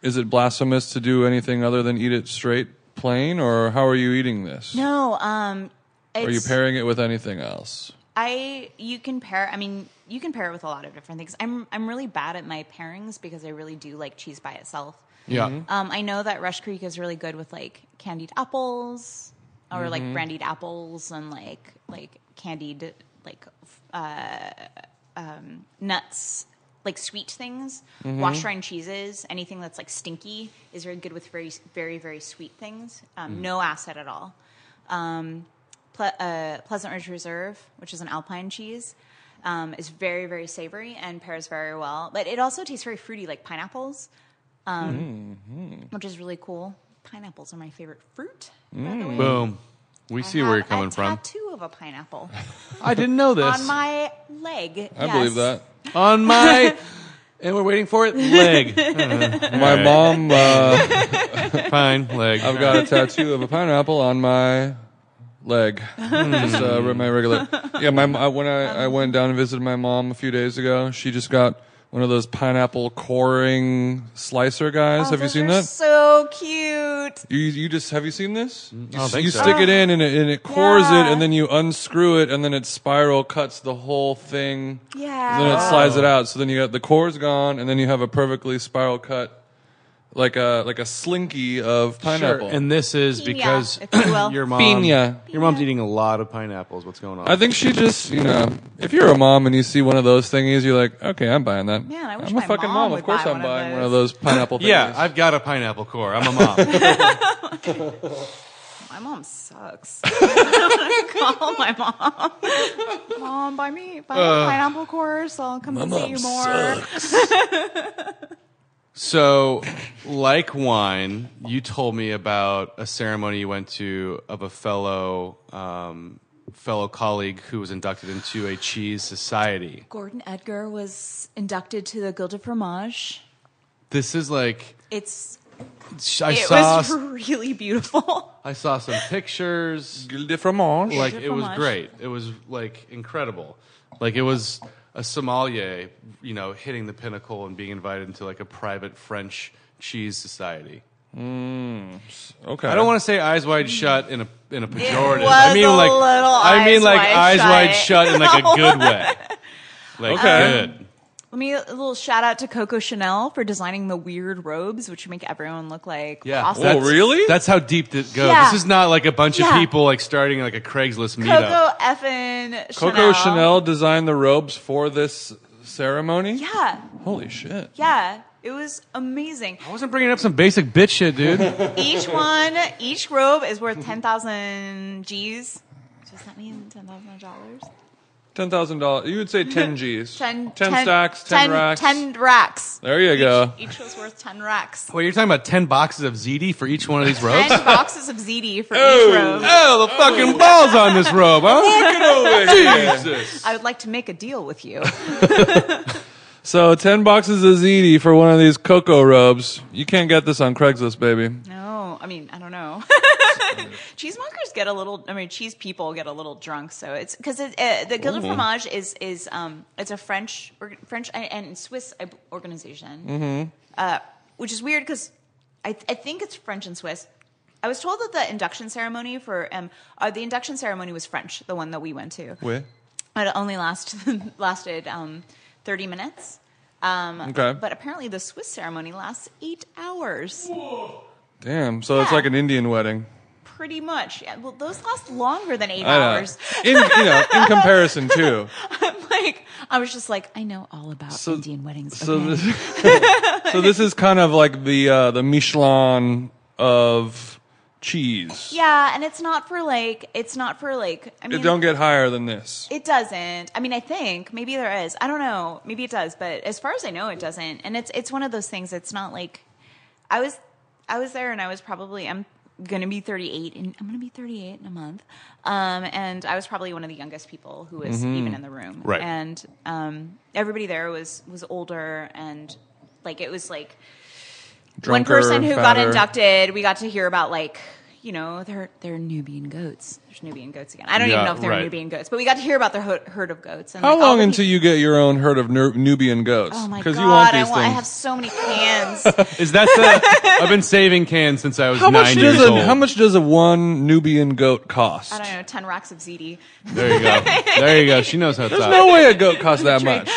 Speaker 3: is it blasphemous to do anything other than eat it straight plain or how are you eating this?
Speaker 5: No, um,
Speaker 3: Are you
Speaker 5: it's-
Speaker 3: pairing it with anything else?
Speaker 5: I you can pair. I mean, you can pair it with a lot of different things. I'm I'm really bad at my pairings because I really do like cheese by itself.
Speaker 3: Mm-hmm.
Speaker 4: Yeah.
Speaker 5: Um, I know that Rush Creek is really good with like candied apples or like brandied apples and like like candied like f- uh, um, nuts, like sweet things, washed rind cheeses, anything that's like stinky is very good with very very very sweet things. Um, No acid at all. Um, Ple- uh, Pleasant Ridge Reserve, which is an alpine cheese. Um, is very very savory and pairs very well, but it also tastes very fruity, like pineapples which is really cool. Pineapples are my favorite fruit. By the way.
Speaker 4: Boom. We see
Speaker 5: I
Speaker 4: where
Speaker 5: have
Speaker 4: you're coming
Speaker 5: a
Speaker 4: from.
Speaker 5: Tattoo of a pineapple
Speaker 4: I didn't know this.
Speaker 5: on my leg.
Speaker 3: I believe that.
Speaker 4: On my- and we're waiting for it. Leg.
Speaker 3: My mom uh,
Speaker 4: Fine. Leg.
Speaker 3: I've got a tattoo of a pineapple on my leg.
Speaker 5: Hmm.
Speaker 3: just uh, re- my regular. Yeah, my mo- when
Speaker 5: Um.
Speaker 3: I, I went down and visited my mom a few days ago, she just got one of those pineapple coring slicer guys.
Speaker 5: Oh,
Speaker 3: have you
Speaker 5: those
Speaker 3: seen
Speaker 5: are
Speaker 3: that?
Speaker 5: So cute.
Speaker 3: you you just have you seen this? You,
Speaker 4: Mm, don't
Speaker 3: s-
Speaker 4: think
Speaker 3: you
Speaker 4: so.
Speaker 3: stick it in and it, and it cores it,
Speaker 5: Yeah.
Speaker 3: and then you unscrew it, and then it spiral cuts the whole thing.
Speaker 5: Yeah.
Speaker 3: And then it slides it out. So then you got the core's gone, and then you have a perfectly spiral cut. Like a like a slinky of pineapple.
Speaker 4: And this is
Speaker 5: Piña,
Speaker 4: because
Speaker 5: if you will.
Speaker 4: your mom.
Speaker 3: Piña.
Speaker 4: Your mom's eating a lot of pineapples. What's going on?
Speaker 3: I think she just, you know, if you're a mom and you see one of those thingies, you're like, okay, I'm buying that.
Speaker 5: Man, I wish
Speaker 3: am a
Speaker 5: my
Speaker 3: fucking
Speaker 5: mom
Speaker 3: mom.
Speaker 5: would
Speaker 3: Of course,
Speaker 5: buy
Speaker 3: I'm
Speaker 5: one of
Speaker 3: buying one
Speaker 5: those.
Speaker 3: of those pineapple thingies.
Speaker 4: yeah, I've got a pineapple core. I'm a mom.
Speaker 5: My mom sucks. Call my mom. Mom, buy me buy me
Speaker 4: Uh,
Speaker 5: a pineapple course. I'll come and see you more.
Speaker 4: so, like wine, you told me about a ceremony you went to of a fellow um, fellow colleague who was inducted into a cheese society.
Speaker 5: Gordon Edgar was inducted to the Guild of Fromage.
Speaker 4: This is like
Speaker 5: It's
Speaker 4: I
Speaker 5: it
Speaker 4: saw
Speaker 5: was really beautiful.
Speaker 4: I saw some pictures.
Speaker 3: Gueule de fromage.
Speaker 4: Like
Speaker 5: Chef
Speaker 4: it was
Speaker 5: Fromage.
Speaker 4: great. It was like incredible. Like it was a sommelier, you know, hitting the pinnacle and being invited into like a private French cheese society.
Speaker 3: okay.
Speaker 4: I don't want to say eyes wide shut in a in a pejorative.
Speaker 5: was
Speaker 4: I mean
Speaker 5: a
Speaker 4: like
Speaker 5: little
Speaker 4: I mean
Speaker 5: eyes
Speaker 4: like
Speaker 5: wide
Speaker 4: eyes
Speaker 5: shut.
Speaker 4: wide shut in like a good way. Like
Speaker 3: Okay.
Speaker 4: good.
Speaker 5: Let me a little shout out to Coco Chanel for designing the weird robes, which make everyone look like
Speaker 4: Yeah.
Speaker 5: awesome.
Speaker 3: Oh,
Speaker 4: That's-
Speaker 3: really?
Speaker 4: That's how deep it goes.
Speaker 5: Yeah.
Speaker 4: This is not like a bunch of
Speaker 5: Yeah.
Speaker 4: people like starting like a Craigslist meetup.
Speaker 5: Coco effin
Speaker 3: Coco Chanel. designed the robes for this ceremony.
Speaker 5: Yeah,
Speaker 3: Holy shit.
Speaker 5: yeah, it was amazing.
Speaker 4: I wasn't bringing up some basic bitch shit, dude.
Speaker 5: Each one, each robe is worth ten thousand G's. Does that mean ten thousand dollars?
Speaker 3: Ten thousand dollars. You would say ten G's.
Speaker 5: Ten,
Speaker 3: ten stacks. Ten, racks.
Speaker 5: Ten racks.
Speaker 3: There you go.
Speaker 5: Each was worth ten racks.
Speaker 4: Wait, you're talking about ten boxes of ZD for each one of these robes?
Speaker 5: Ten boxes of ZD for each robe.
Speaker 4: Oh, the fucking balls on this robe, huh?
Speaker 3: Oh,
Speaker 5: I would like to make a deal with you.
Speaker 3: So ten boxes of ziti for one of these Coco robes. You can't get this on Craigslist, baby.
Speaker 5: No, I mean I don't know. Cheesemongers get a little. I mean, cheese people get a little drunk. So it's because it, uh, the Guild of Fromage is is um it's a French or, French and- and Swiss I b- organization, uh, which is weird because I th- I think it's French and Swiss. I was told that the induction ceremony for um uh, the induction ceremony was French, the one that we went to.
Speaker 3: Wait.
Speaker 5: It only last lasted um thirty minutes. Um,
Speaker 3: Okay.
Speaker 5: But apparently, the Swiss ceremony lasts eight hours.
Speaker 3: Damn. So it's
Speaker 5: Yeah.
Speaker 3: like an Indian wedding.
Speaker 5: Pretty much. Yeah, well, those last longer than eight
Speaker 3: I know.
Speaker 5: hours.
Speaker 3: In you know, in comparison too.
Speaker 5: I'm like, I was just like, I know all about Indian weddings.
Speaker 3: So
Speaker 5: okay?
Speaker 3: this, so this is kind of like the uh, the Michelin of cheese.
Speaker 5: yeah, and it's not for like, it's not for like. I mean,
Speaker 3: It don't get higher than this.
Speaker 5: It doesn't. I mean, I think maybe there is. I don't know. Maybe it does, but as far as I know, it doesn't. And it's it's one of those things. It's not like I was I was there, and I was probably I'm gonna be 38, and I'm gonna be 38 in a month. Um, and I was probably one of the youngest people who was even in the room.
Speaker 4: Right.
Speaker 5: And um, everybody there was was older, and like it was like
Speaker 3: Drunker,
Speaker 5: one person who got
Speaker 3: fatter.
Speaker 5: inducted, we got to hear about like you know their their Nubian goats. There's Nubian goats again. I don't
Speaker 4: Yeah,
Speaker 5: even know if they're
Speaker 4: right.
Speaker 5: Nubian goats, but we got to hear about their ho- herd of goats. And,
Speaker 3: How
Speaker 5: like, all
Speaker 3: long
Speaker 5: the
Speaker 3: until
Speaker 5: peop-
Speaker 3: you get your own herd of Nur- Nubian goats?
Speaker 5: Oh my god!
Speaker 3: Because you want
Speaker 5: I,
Speaker 3: these
Speaker 5: want, I
Speaker 3: things.
Speaker 5: have so many cans.
Speaker 4: Is that the? I've been saving cans since I was
Speaker 3: how
Speaker 4: nine
Speaker 3: much
Speaker 4: years
Speaker 3: does
Speaker 4: old.
Speaker 3: a how much does a one Nubian goat cost?
Speaker 5: I don't know, ten racks of ziti.
Speaker 4: There you go. There you go. She knows how it's
Speaker 3: There's
Speaker 4: up.
Speaker 3: no way a goat costs that much.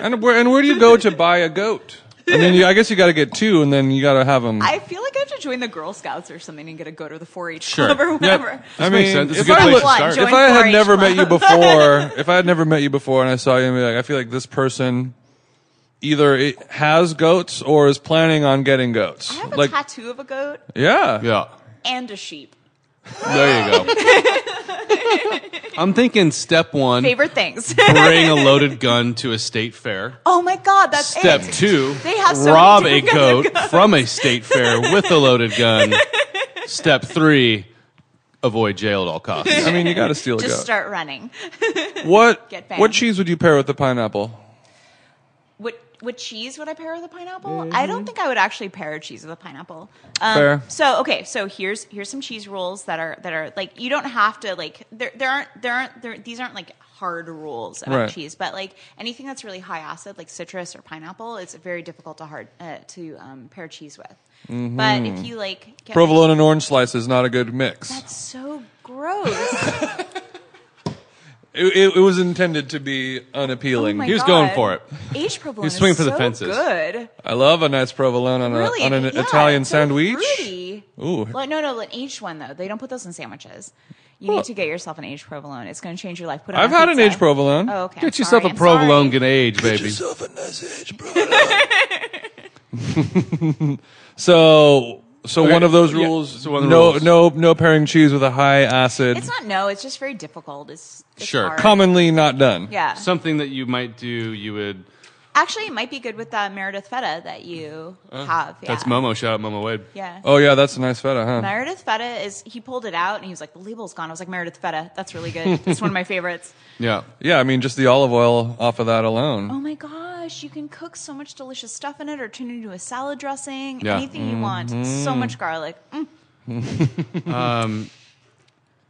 Speaker 3: And where and where do you go to buy a goat? And then you, I guess you got to get two, and then you got to have them.
Speaker 5: I feel like I have to join the Girl Scouts or something and get a goat or the 4-H
Speaker 4: Sure.
Speaker 5: club or
Speaker 4: Yep.
Speaker 5: whatever.
Speaker 3: I mean,
Speaker 4: makes sense. It's a
Speaker 3: if
Speaker 4: good
Speaker 3: I
Speaker 4: place
Speaker 3: look-
Speaker 4: to start.
Speaker 5: Join
Speaker 3: if I had
Speaker 5: 4-H
Speaker 3: never met you
Speaker 5: club.
Speaker 3: before, if I had never met you before, and I saw you, and be like, I feel like this person either it has goats or is planning on getting goats.
Speaker 5: I have a
Speaker 3: like,
Speaker 5: tattoo of a goat
Speaker 3: yeah,
Speaker 4: Yeah.
Speaker 5: and a sheep.
Speaker 4: There you go. I'm thinking step one:
Speaker 5: Favorite things.
Speaker 4: bring a loaded gun to a state fair.
Speaker 5: oh my god, that's
Speaker 4: Step
Speaker 5: it.
Speaker 4: two:
Speaker 5: They have so many
Speaker 4: rob a
Speaker 5: different
Speaker 4: goat
Speaker 5: kinds of goats.
Speaker 4: from a state fair with a loaded gun. Step three: avoid jail at all costs.
Speaker 3: I mean, you got to steal a
Speaker 5: Just
Speaker 3: goat.
Speaker 5: start running.
Speaker 3: what
Speaker 5: Get banned.
Speaker 3: what cheese would you pair with the pineapple?
Speaker 5: What what cheese would I pair with a pineapple? I don't think I would actually pair cheese with a pineapple. Um,
Speaker 3: Mm-hmm. Fair.
Speaker 5: So okay, so here's here's some cheese rules that are that are like you don't have to like there there aren't there aren't there, these aren't like hard rules about
Speaker 3: Right.
Speaker 5: cheese, but like anything that's really high acid like citrus or pineapple, it's very difficult to hard uh, to um, pair cheese with. But if you like get
Speaker 3: Mm-hmm. Provolone and orange slice is not a good mix.
Speaker 5: that's so gross.
Speaker 3: It, it, it was intended to be unappealing.
Speaker 5: Oh my
Speaker 4: He was
Speaker 5: God.
Speaker 4: going for it.
Speaker 5: Aged provolone
Speaker 4: He's swinging
Speaker 5: is
Speaker 4: for the
Speaker 5: so
Speaker 4: fences.
Speaker 5: Good.
Speaker 3: I love a nice provolone Uh, on, a,
Speaker 5: really,
Speaker 3: on an
Speaker 5: yeah,
Speaker 3: Italian
Speaker 5: it's so
Speaker 3: sandwich.
Speaker 5: fruity.
Speaker 3: Ooh.
Speaker 5: Like, no, no, an aged one though. They don't put those in sandwiches. You need to get yourself an aged provolone. It's going to change your life. Put it
Speaker 3: I've
Speaker 5: on
Speaker 3: had an
Speaker 5: pizza.
Speaker 3: aged provolone.
Speaker 5: Oh, okay.
Speaker 4: Get yourself a provolone gonna age, baby.
Speaker 3: So, so
Speaker 4: Okay,
Speaker 3: one of those
Speaker 4: yeah,
Speaker 3: rules.
Speaker 4: so one of the
Speaker 3: no,
Speaker 4: rules.
Speaker 3: no, no pairing cheese with a high acid.
Speaker 5: It's not no. It's just very difficult. It's, it's
Speaker 4: Sure.
Speaker 5: hard.
Speaker 3: commonly not done.
Speaker 5: Yeah.
Speaker 4: Something that you might do, you would.
Speaker 5: Actually, it might be good with that Meredith feta that you have. Yeah.
Speaker 4: Uh, That's Momo. Shout out Momo Wade.
Speaker 5: Yeah.
Speaker 3: Oh yeah, that's a nice feta, huh?
Speaker 5: Meredith feta is. He pulled it out and he was like, "The label's gone." I was like, "Meredith feta. That's really good. it's one of my favorites."
Speaker 4: Yeah.
Speaker 3: yeah, I mean just the olive oil off of that alone.
Speaker 5: Oh my gosh, you can cook so much delicious stuff in it or turn it into a salad dressing,
Speaker 4: Yeah. Mm-hmm.
Speaker 5: anything you want. So much garlic. Mm.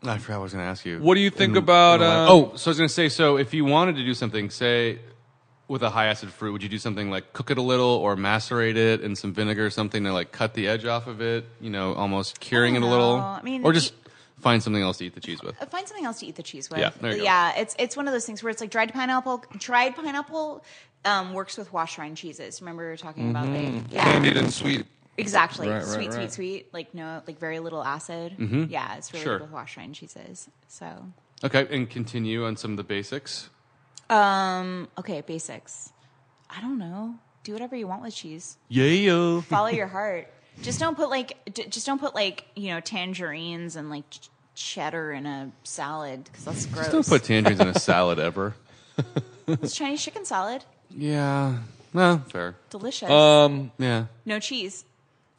Speaker 4: I forgot what I was going to ask you.
Speaker 3: What do you think about? Uh,
Speaker 4: oh, so I was going to say, so if you wanted to do something, say with a high acid fruit, would you do something like cook it a little or macerate it in some vinegar or something to like cut the edge off of it, you know, almost curing it a little?
Speaker 5: know. I mean,
Speaker 4: or just
Speaker 5: you-
Speaker 4: find something else to eat the cheese with.
Speaker 5: Uh, Find something else to eat the cheese with.
Speaker 4: Yeah, there you go.
Speaker 5: yeah, it's it's one of those things where it's like dried pineapple. Dried pineapple um, works with wash rind cheeses. Remember we were talking about
Speaker 4: Mm-hmm.
Speaker 5: like yeah,
Speaker 3: candied and sweet.
Speaker 5: exactly
Speaker 3: Right, right,
Speaker 5: sweet,
Speaker 3: right.
Speaker 5: sweet, sweet. Like no, like very little acid. Yeah, it's really
Speaker 4: Mm-hmm. Sure.
Speaker 5: good with wash rind cheeses. So
Speaker 4: Okay, and continue on some of the basics.
Speaker 5: um, okay, basics. I don't know. Do whatever you want with cheese.
Speaker 4: Yeah.
Speaker 5: follow your heart. Just don't put like, d- just don't put like, you know, tangerines and like ch- cheddar in a salad because that's gross.
Speaker 4: Don't put tangerines in a salad ever.
Speaker 5: it's Chinese chicken salad,
Speaker 4: Yeah. No, fair.
Speaker 5: delicious.
Speaker 4: Uh,
Speaker 3: Um.
Speaker 4: Yeah.
Speaker 5: no cheese.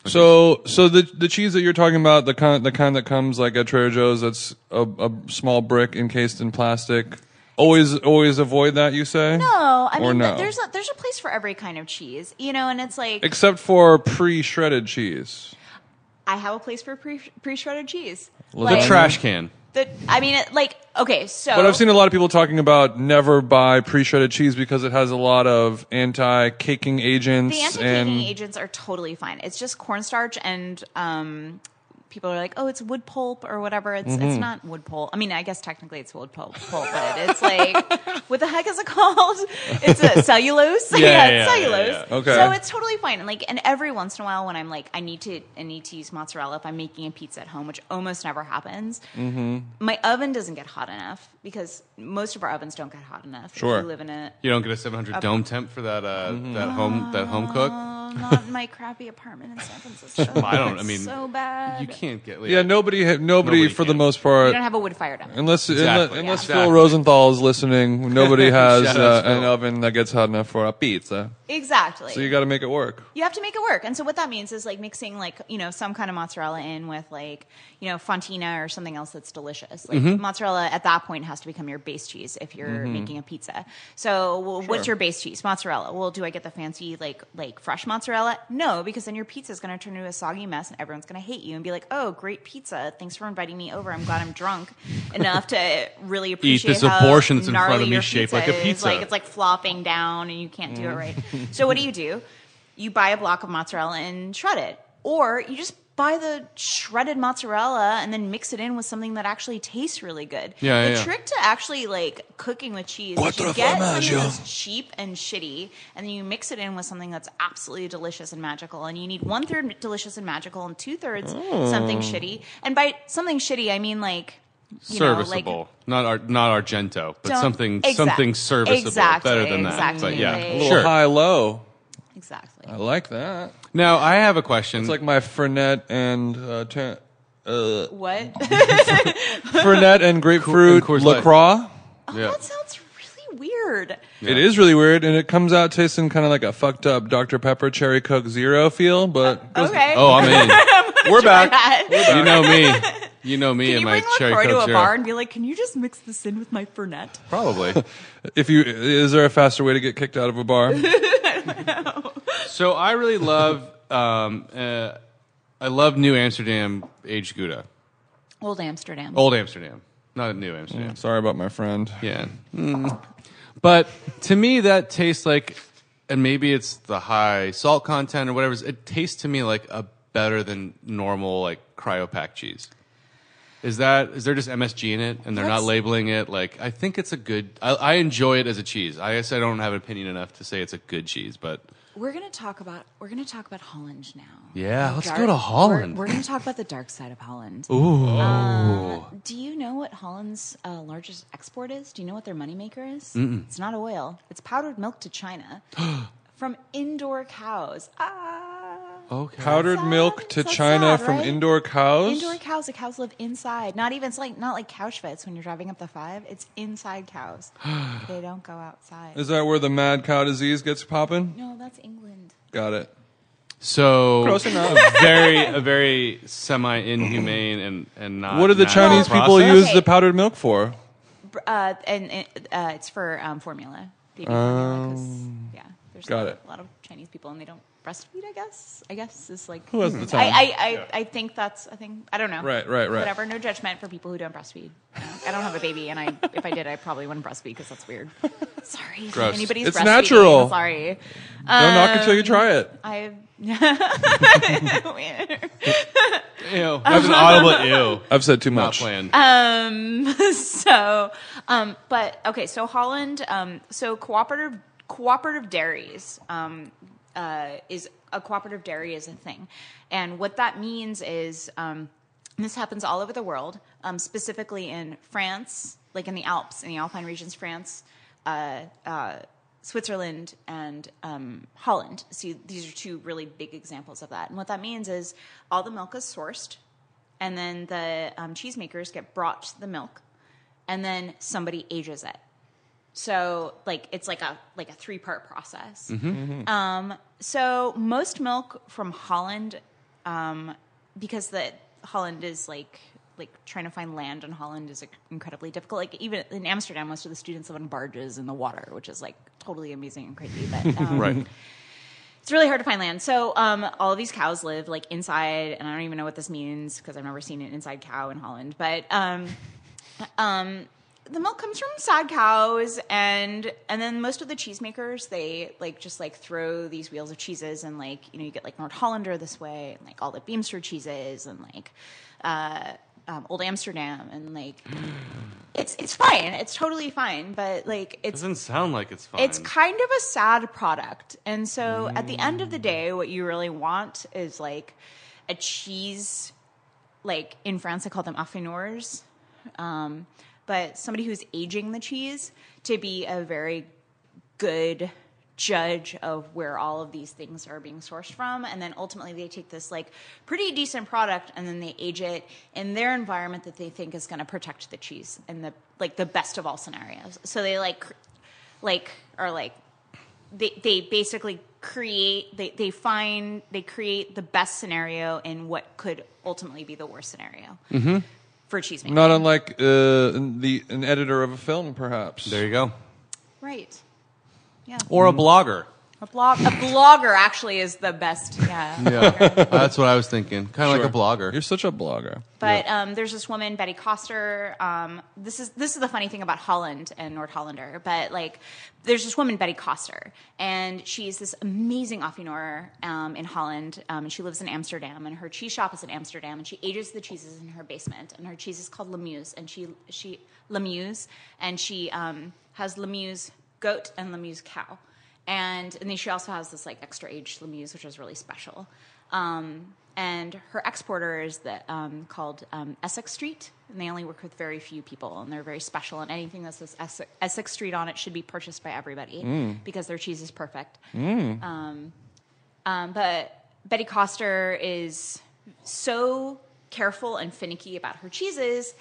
Speaker 3: So, so the the cheese that you're talking about, the kind the kind that comes like at Trader Joe's, that's a, a small brick encased in plastic. Always, always avoid that. You say
Speaker 5: No, I
Speaker 3: or
Speaker 5: mean, th-
Speaker 3: no?
Speaker 5: there's a there's a place for every kind of cheese, you know, and it's like
Speaker 3: except for pre-shredded cheese.
Speaker 5: I have a place for pre pre shredded cheese.
Speaker 3: Well, the
Speaker 5: Like,
Speaker 4: Trash can.
Speaker 5: the- I mean, it, like okay, so
Speaker 3: But I've seen a lot of people talking about never buy pre-shredded cheese because it has a lot of anti-caking agents
Speaker 5: The anti
Speaker 3: and
Speaker 5: caking agents are totally fine. It's just cornstarch and um, people are like, oh, it's wood pulp or whatever. It's
Speaker 4: Mm-hmm.
Speaker 5: it's not wood pulp. I mean, I guess technically it's wood pulp, pulp but it's like, what the heck is it called? It's a cellulose.
Speaker 4: Yeah, yeah, yeah,
Speaker 5: it's cellulose.
Speaker 4: yeah,
Speaker 3: yeah. Okay.
Speaker 5: So it's totally fine. And like, and every once in a while, when I'm like, I need to, I need to use mozzarella if I'm making a pizza at home, which almost never happens.
Speaker 4: Mm-hmm.
Speaker 5: My oven doesn't get hot enough because most of our ovens don't get hot enough.
Speaker 3: Sure.
Speaker 5: If you live in a
Speaker 4: You don't get a 700 dome temp for that uh, that home that home cook.
Speaker 5: Oh, not in my crappy apartment in San Francisco.
Speaker 4: I don't. I mean,
Speaker 5: so bad.
Speaker 4: you can't get.
Speaker 3: Yeah, nobody, ha- nobody,
Speaker 4: Nobody
Speaker 3: for the
Speaker 4: can.
Speaker 3: most part,
Speaker 5: You don't have a wood fired oven.
Speaker 3: unless unless,
Speaker 4: Exactly.
Speaker 3: unless
Speaker 4: Yeah.
Speaker 3: Phil
Speaker 4: Exactly.
Speaker 3: Rosenthal is listening, nobody has
Speaker 4: Shout out
Speaker 3: uh,
Speaker 4: Phil.
Speaker 3: an oven that gets hot enough for a pizza.
Speaker 5: Exactly.
Speaker 3: So you got to make it work.
Speaker 5: you have to make it work. And so what that means is like mixing like, you know, some kind of mozzarella in with like, you know, fontina or something else that's delicious. Like
Speaker 4: Mm-hmm.
Speaker 5: mozzarella at that point has to become your base cheese if you're making a pizza. So well, what's your base cheese? Mozzarella. Well, do I get the fancy like like fresh mozzarella? No, because then your pizza is going to turn into a soggy mess and everyone's going to hate you and be like, "Oh, great pizza. Thanks for inviting me over. I'm glad I'm drunk enough to really
Speaker 4: Eat
Speaker 5: appreciate
Speaker 4: this
Speaker 5: how
Speaker 4: abortion that's in front of
Speaker 5: gnarly
Speaker 4: me
Speaker 5: your
Speaker 4: shaped
Speaker 5: pizza
Speaker 4: like a
Speaker 5: is.
Speaker 4: pizza.
Speaker 5: Like, it's like flopping down and you can't do it right.
Speaker 4: Mm.
Speaker 5: so what do you do? You buy a block of mozzarella and shred it, or you just buy the shredded mozzarella and then mix it in with something that actually tastes really good.
Speaker 4: Yeah, yeah,
Speaker 5: the
Speaker 4: yeah.
Speaker 5: trick to actually like cooking with cheese is
Speaker 3: Quattro
Speaker 5: you get something
Speaker 3: formaggio.
Speaker 5: that's cheap and shitty, and then you mix it in with something that's absolutely delicious and magical. And you need one third delicious and magical, and two thirds something
Speaker 4: Mm.
Speaker 5: shitty. And by something shitty, I mean like you know, like-
Speaker 4: serviceable, not ar- not Argento, but
Speaker 5: Don't-
Speaker 4: something
Speaker 5: Exact-
Speaker 4: something serviceable,
Speaker 5: exactly,
Speaker 4: better than that.
Speaker 5: exactly.
Speaker 4: But yeah,
Speaker 5: Like-
Speaker 3: A little
Speaker 4: sure.
Speaker 3: high low.
Speaker 5: exactly.
Speaker 3: I like that.
Speaker 4: Now I have a question.
Speaker 3: It's like my Fernet and uh, ta- uh,
Speaker 5: What?
Speaker 3: Fernet and grapefruit
Speaker 4: Coors Light.
Speaker 3: Lacroix.
Speaker 4: yeah.
Speaker 5: That sounds really weird.
Speaker 3: It is really weird, and it comes out tasting kind of like a fucked up Dr Pepper Cherry Coke Zero feel. But
Speaker 5: Okay.
Speaker 4: oh, I'm in.
Speaker 3: we're back.
Speaker 5: Can
Speaker 4: you know me. You know me
Speaker 5: you
Speaker 4: and my
Speaker 5: bring
Speaker 4: cherry
Speaker 5: LaCroix to
Speaker 4: coke
Speaker 5: a
Speaker 4: zero.
Speaker 5: bar and be like, can you just mix this in with my Fernet?
Speaker 4: Probably.
Speaker 3: If you is there a faster way to get kicked out of a bar?
Speaker 4: So I really love. Um, uh, I love New Amsterdam aged Gouda,
Speaker 5: Old Amsterdam.
Speaker 4: old Amsterdam, not New Amsterdam.
Speaker 3: Sorry about my friend.
Speaker 4: Yeah. Hmm. But to me, that tastes like, and maybe it's the high salt content or whatever. It tastes to me like a better than normal like cryopack cheese. Is that is there just MSG in it and they're
Speaker 5: That's-
Speaker 4: not labeling it? Like I think it's a good. I, I enjoy it as a cheese. I guess I don't have an opinion enough to say it's a good cheese, but
Speaker 5: We're gonna talk about we're gonna talk about Holland now.
Speaker 4: Yeah, let's
Speaker 5: Dark-
Speaker 4: go to Holland.
Speaker 5: We're, we're gonna talk about the dark side of Holland. Uh,
Speaker 4: ooh, Oh.
Speaker 5: Do you know what Holland's uh, largest export is? Do you know what their moneymaker is? It's not oil. It's powdered milk to China from indoor cows. Ah.
Speaker 4: okay.
Speaker 3: Powdered
Speaker 5: Sad.
Speaker 3: milk to
Speaker 5: So
Speaker 3: China
Speaker 5: sad,
Speaker 3: from
Speaker 5: right?
Speaker 3: indoor cows.
Speaker 5: Indoor cows. The cows live inside. Not even it's like not like cow schvitz when you're driving up the five. It's inside cows. they don't go outside.
Speaker 3: Is that where the mad cow disease gets popping?
Speaker 5: No, that's England.
Speaker 3: Got it.
Speaker 4: So
Speaker 3: Close enough.
Speaker 4: a very a very semi inhumane and and not.
Speaker 3: What do the
Speaker 4: natural
Speaker 3: Chinese people
Speaker 4: process.
Speaker 3: use
Speaker 5: Okay.
Speaker 3: the powdered milk for?
Speaker 5: Br- Uh, and and, uh, it's for um, formula. Baby formula. 'cause, yeah, there's a
Speaker 3: Um, got
Speaker 5: lot,
Speaker 3: it.
Speaker 5: a lot of Chinese people and they don't breastfeed. I guess. I guess is like.
Speaker 3: Who has the time?
Speaker 5: I I, I, I think that's I think I don't know.
Speaker 3: Right, right, right.
Speaker 5: Whatever. No judgment for people who don't breastfeed. You know, I don't have a baby, and I if I did, I probably wouldn't breastfeed because that's weird. Sorry, if
Speaker 4: Gross.
Speaker 5: anybody's
Speaker 3: It's
Speaker 5: breastfeeding,
Speaker 3: natural.
Speaker 5: Sorry.
Speaker 3: Don't knock until you try it.
Speaker 5: I
Speaker 4: Ew. That's an audible ew.
Speaker 3: I've said too
Speaker 4: Not
Speaker 3: much.
Speaker 4: planned.
Speaker 5: um so um but okay so Holland um so cooperative cooperative dairies um uh is a cooperative dairy is a thing and what that means is um and this happens all over the world um specifically in France like in the Alps in the Alpine regions France uh uh Switzerland and um, Holland. So these are two really big examples of that. And what that means is all the milk is sourced, and then the um, cheesemakers get brought the milk, and then somebody ages it. So like it's like a like a three part process. Um, so most milk from Holland, um, because the Holland is like like trying to find land in Holland is like, incredibly difficult. Like even in Amsterdam, most of the students live on barges in the water, which is like totally amazing and crazy. But um,
Speaker 4: Right.
Speaker 5: it's really hard to find land. So um, all of these cows live like inside, and I don't even know what this means because I've never seen an inside cow in Holland. But um, um, the milk comes from sad cows and and then most of the cheesemakers they like just like throw these wheels of cheeses and like you know you get like Nord Hollander this way and like all the Beamster cheeses and like uh, um, Old Amsterdam and like it's it's fine it's totally fine but like it's
Speaker 4: Doesn't sound like it's fine.
Speaker 5: it's kind of a sad product. And so at the end of the day, what you really want is like a cheese, like in France, I call them affineurs. Um, but somebody who's aging the cheese to be a very good judge of where all of these things are being sourced from and then ultimately they take this like pretty decent product and then they age it in their environment that they think is going to protect the cheese in the like the best of all scenarios so they like cr- like are like they they basically create they they find they create the best scenario in what could ultimately be the worst scenario for cheesemaking
Speaker 3: Not unlike uh, the an editor of a film, perhaps. Mm-hmm.
Speaker 4: there you go.
Speaker 5: right yeah
Speaker 4: Or a blogger.
Speaker 5: A blog, a blogger actually is the best. Yeah.
Speaker 4: That's what I was thinking. Kind of
Speaker 3: Sure.
Speaker 4: like a blogger.
Speaker 3: You're such a blogger.
Speaker 5: But um, there's this woman, Betty Coster. Um, this is this is the funny thing about Holland and Nord Hollander. But like, there's this woman, Betty Coster, and she's this amazing affineur um, in Holland, um, and she lives in Amsterdam, and her cheese shop is in Amsterdam, and she ages the cheeses in her basement, and her cheese is called Lemuse, and she she Lemuse, and she um, has Lemuse goat and Lemuse cow. and and then she also has this like extra aged Lemuse, which is really special. Um, and her exporter is the, um, called um, Essex Street, and they only work with very few people, and they're very special. And anything that says Essex, Essex Street on it should be purchased by everybody because their cheese is perfect. Um, but Betty Coster is so careful and finicky about her cheeses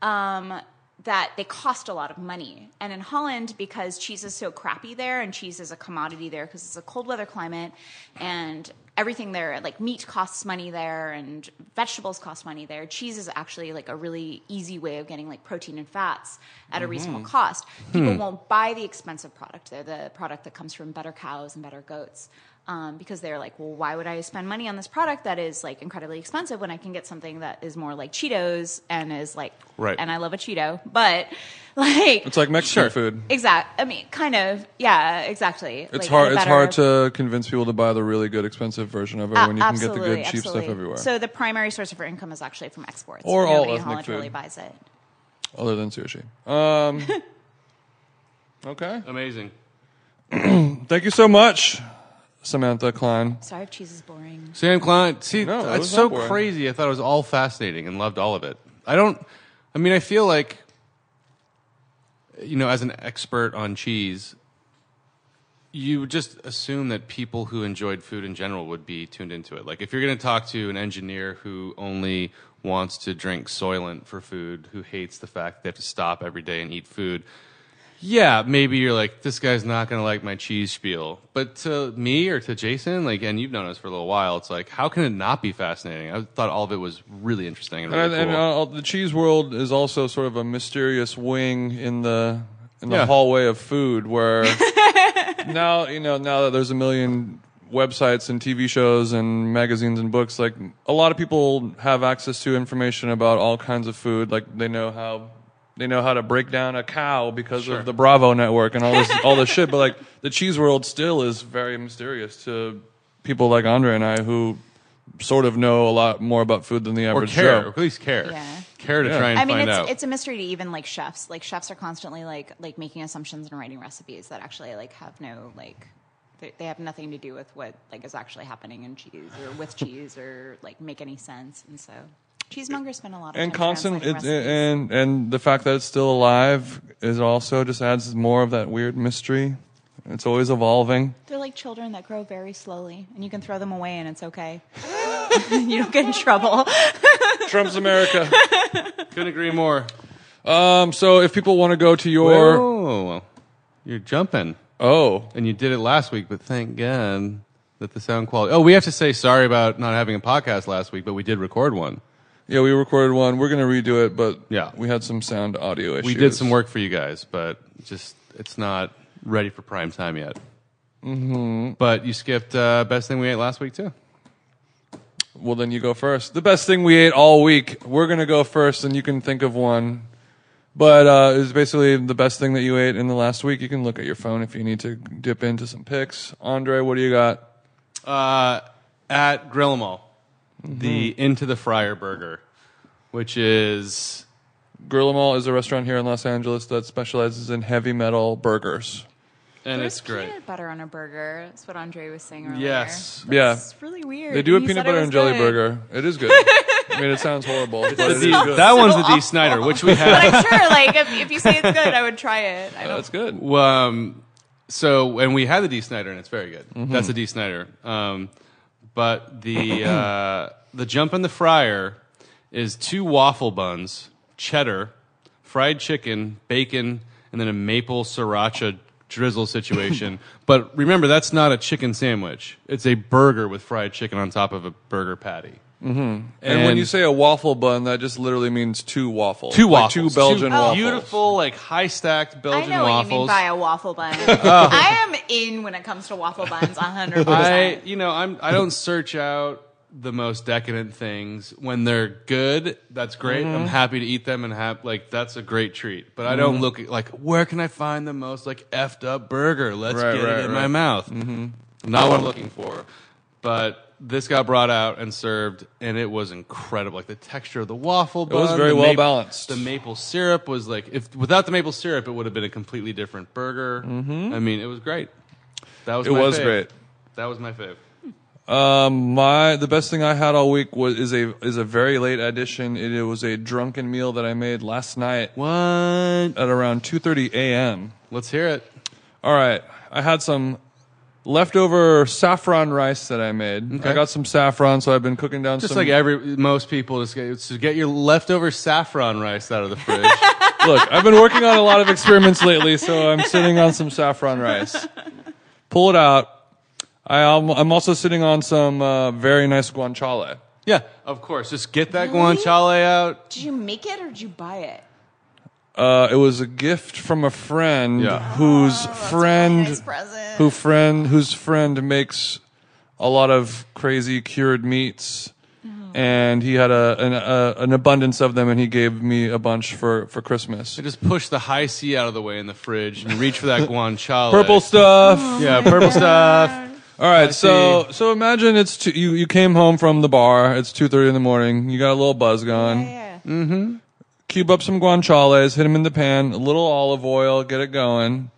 Speaker 5: um, that they cost a lot of money. And in Holland, because cheese is so crappy there, and cheese is a commodity there because it's a cold weather climate, and everything there, like meat costs money there, and vegetables cost money there. Cheese is actually like a really easy way of getting like protein and fats at a reasonable cost. People won't buy the expensive product there, the product that comes from better cows and better goats um, because they're like, well, why would I spend money on this product that is like incredibly expensive when I can get something that is more like Cheetos and is like,
Speaker 4: Right.
Speaker 5: And I love a Cheeto, but like,
Speaker 3: It's like Mexican
Speaker 4: Sure.
Speaker 3: food.
Speaker 5: exact. I mean, kind of, yeah, exactly.
Speaker 3: It's
Speaker 5: Like,
Speaker 3: hard.
Speaker 5: a
Speaker 3: It's
Speaker 5: better-
Speaker 3: hard to convince people to buy the really good, expensive version of it
Speaker 5: A-
Speaker 3: when you can get the good,
Speaker 5: absolutely,
Speaker 3: cheap stuff
Speaker 5: absolutely.
Speaker 3: everywhere.
Speaker 5: So the primary source of her income is actually from exports.
Speaker 3: Or all
Speaker 5: Nobody in
Speaker 3: ethnic
Speaker 5: Holland
Speaker 3: food.
Speaker 5: really buys it.
Speaker 3: other than sushi. Um, okay.
Speaker 4: Amazing.
Speaker 3: Thank you so much, Samantha Klein.
Speaker 5: Sorry if cheese is boring.
Speaker 4: Sam Klein. See,
Speaker 3: No, that
Speaker 4: that's
Speaker 3: was
Speaker 4: so
Speaker 3: not boring.
Speaker 4: crazy. I thought it was all fascinating and loved all of it. I don't. I mean, I feel like, you know, as an expert on cheese, you just assume that people who enjoyed food in general would be tuned into it. Like, if you're going to talk to an engineer who only wants to drink Soylent for food, who hates the fact they have to stop every day and eat food, yeah, maybe you're like, this guy's not going to like my cheese spiel. But to me or to Jason, like, and you've known us for a little while, it's like, how can it not be fascinating? I thought all of it was really interesting and
Speaker 3: And,
Speaker 4: really
Speaker 3: I, and
Speaker 4: cool.
Speaker 3: uh, the cheese world is also sort of a mysterious wing in the in the
Speaker 4: Yeah.
Speaker 3: hallway of food, where now you know now that there's a million websites and TV shows and magazines and books, like a lot of people have access to information about all kinds of food. Like they know how they know how to break down a cow because
Speaker 4: Sure.
Speaker 3: of the Bravo network and all this all this shit. But like the cheese world still is very mysterious to people like Andre and I who. Sort of know a lot more about food than the
Speaker 4: or
Speaker 3: average
Speaker 4: care,
Speaker 3: Joe.
Speaker 4: or at least care.
Speaker 5: Yeah.
Speaker 4: Care to
Speaker 3: Yeah.
Speaker 4: try and
Speaker 5: I mean,
Speaker 4: find
Speaker 5: it's,
Speaker 4: out.
Speaker 5: it's a mystery to even like chefs. Like chefs are constantly like like making assumptions and writing recipes that actually like have no like they- they have nothing to do with what like is actually happening in cheese or with cheese or like make any sense. And so cheesemongers spend a lot of
Speaker 3: and
Speaker 5: time
Speaker 3: constant it,
Speaker 5: translating recipes.
Speaker 3: and and the fact that it's still alive is also just adds more of that weird mystery it's always evolving
Speaker 5: They're like children that grow very slowly, and you can throw them away, and it's okay. you don't get in trouble.
Speaker 3: trump's america
Speaker 4: Couldn't agree more.
Speaker 3: um so if people want to go to your
Speaker 4: Or you're jumping.
Speaker 3: oh
Speaker 4: and you did it last week, but thank God that the sound quality. Oh, we have to say sorry about not having a podcast last week, but we did record one.
Speaker 3: yeah we recorded one we're gonna redo it but
Speaker 4: Yeah.
Speaker 3: we had some sound audio issues
Speaker 4: We did some work for you guys, but just it's not ready for prime time yet. Mm-hmm. But you skipped uh, best thing we ate last week too.
Speaker 3: well then you go first the best thing we ate all week we're gonna go first and you can think of one But uh, it was basically the best thing that you ate in the last week. You can look at your phone if you need to dip into some pics. Andre, what do you got?
Speaker 4: uh, at Grillmall, the Into the Fryer burger, which is
Speaker 3: Gorilla Mall is a restaurant here in Los Angeles that specializes in heavy metal burgers.
Speaker 4: and
Speaker 5: There's
Speaker 4: it's great.
Speaker 5: peanut butter on a burger. That's what Andre was saying earlier.
Speaker 4: Yes.
Speaker 3: yeah.
Speaker 5: It's really weird.
Speaker 3: They do a
Speaker 5: You
Speaker 3: peanut
Speaker 5: said it
Speaker 3: butter
Speaker 5: was
Speaker 3: and jelly
Speaker 5: good.
Speaker 3: burger. It is good. I mean, it sounds horrible, but it is
Speaker 4: The-
Speaker 3: good.
Speaker 4: that one's the D. Snyder, which we have.
Speaker 5: But I'm sure, like, if, if you say it's good, I would try it. I don't
Speaker 3: That's good.
Speaker 4: Well, um, so and we had the D Snyder and it's very good. That's the D Snyder. Um, but the uh, the jump in the fryer is two waffle buns, cheddar, fried chicken, bacon, and then a maple sriracha drizzle situation. but remember, that's not a chicken sandwich. It's a burger with fried chicken on top of a burger patty. Mm-hmm.
Speaker 3: And, when you say a waffle bun, that just literally means two waffles.
Speaker 4: two
Speaker 3: Like
Speaker 4: waffles,
Speaker 3: two Belgian waffles.
Speaker 4: beautiful like high stacked Belgian
Speaker 5: Oh. I know
Speaker 4: waffles.
Speaker 5: what you mean by a waffle bun.
Speaker 3: Oh.
Speaker 5: I am in when it comes to waffle buns, hundred
Speaker 4: I
Speaker 5: percent.
Speaker 4: you know I'm I don't search out the most decadent things when they're good. That's great.
Speaker 3: Mm-hmm.
Speaker 4: I'm happy to eat them and have like that's a great treat. But I don't look at, like where can I find the most like effed up burger? Let's
Speaker 3: Right,
Speaker 4: get
Speaker 3: right,
Speaker 4: it in
Speaker 3: right. Mm-hmm.
Speaker 4: my mouth. Not what I'm looking for. But this got brought out and served, and it was incredible. Like the texture of the waffle bun
Speaker 3: was very
Speaker 4: the
Speaker 3: well
Speaker 4: maple-
Speaker 3: balanced.
Speaker 4: The maple syrup was like if without the maple syrup, it would have been a completely different burger.
Speaker 3: Mm-hmm.
Speaker 4: I mean, it was great. That was
Speaker 3: It
Speaker 4: my
Speaker 3: was
Speaker 4: fave.
Speaker 3: great.
Speaker 4: That was my fave.
Speaker 3: Um, my the best thing I had all week was is a is a very late addition. It, it was a drunken meal that I made last night
Speaker 4: What?
Speaker 3: at around 2:30 a.m.
Speaker 4: Let's hear it.
Speaker 3: All right. I had some leftover saffron rice that I made. I got some saffron, so I've been cooking down
Speaker 4: Just
Speaker 3: some.
Speaker 4: like every most people, just get, just get your leftover saffron rice out of the fridge.
Speaker 3: Look, I've been working on a lot of experiments lately, so I'm sitting on some saffron rice. Pull it out. I, am I'm also sitting on some uh, very nice guanciale.
Speaker 4: yeah, of course. Just get that guanciale out.
Speaker 5: Did you make it or did you buy it?
Speaker 3: Uh, it was a gift from a friend
Speaker 4: Yeah.
Speaker 3: whose friend
Speaker 5: nice present.
Speaker 3: who friend whose friend makes a lot of crazy cured meats,
Speaker 5: Mm-hmm.
Speaker 3: and he had a an, a an abundance of them, and he gave me a bunch for for Christmas.
Speaker 4: Just push the high C out of the way in the fridge and reach for that guanciale.
Speaker 3: Purple
Speaker 5: Mm-hmm.
Speaker 3: stuff.
Speaker 4: Yeah, purple stuff.
Speaker 3: All right, so so imagine it's two, you you came home from the bar. It's two thirty in the morning. You got a little buzz going.
Speaker 5: Yeah.
Speaker 3: Cube up some guanciales, hit them in the pan. A little olive oil, get it going.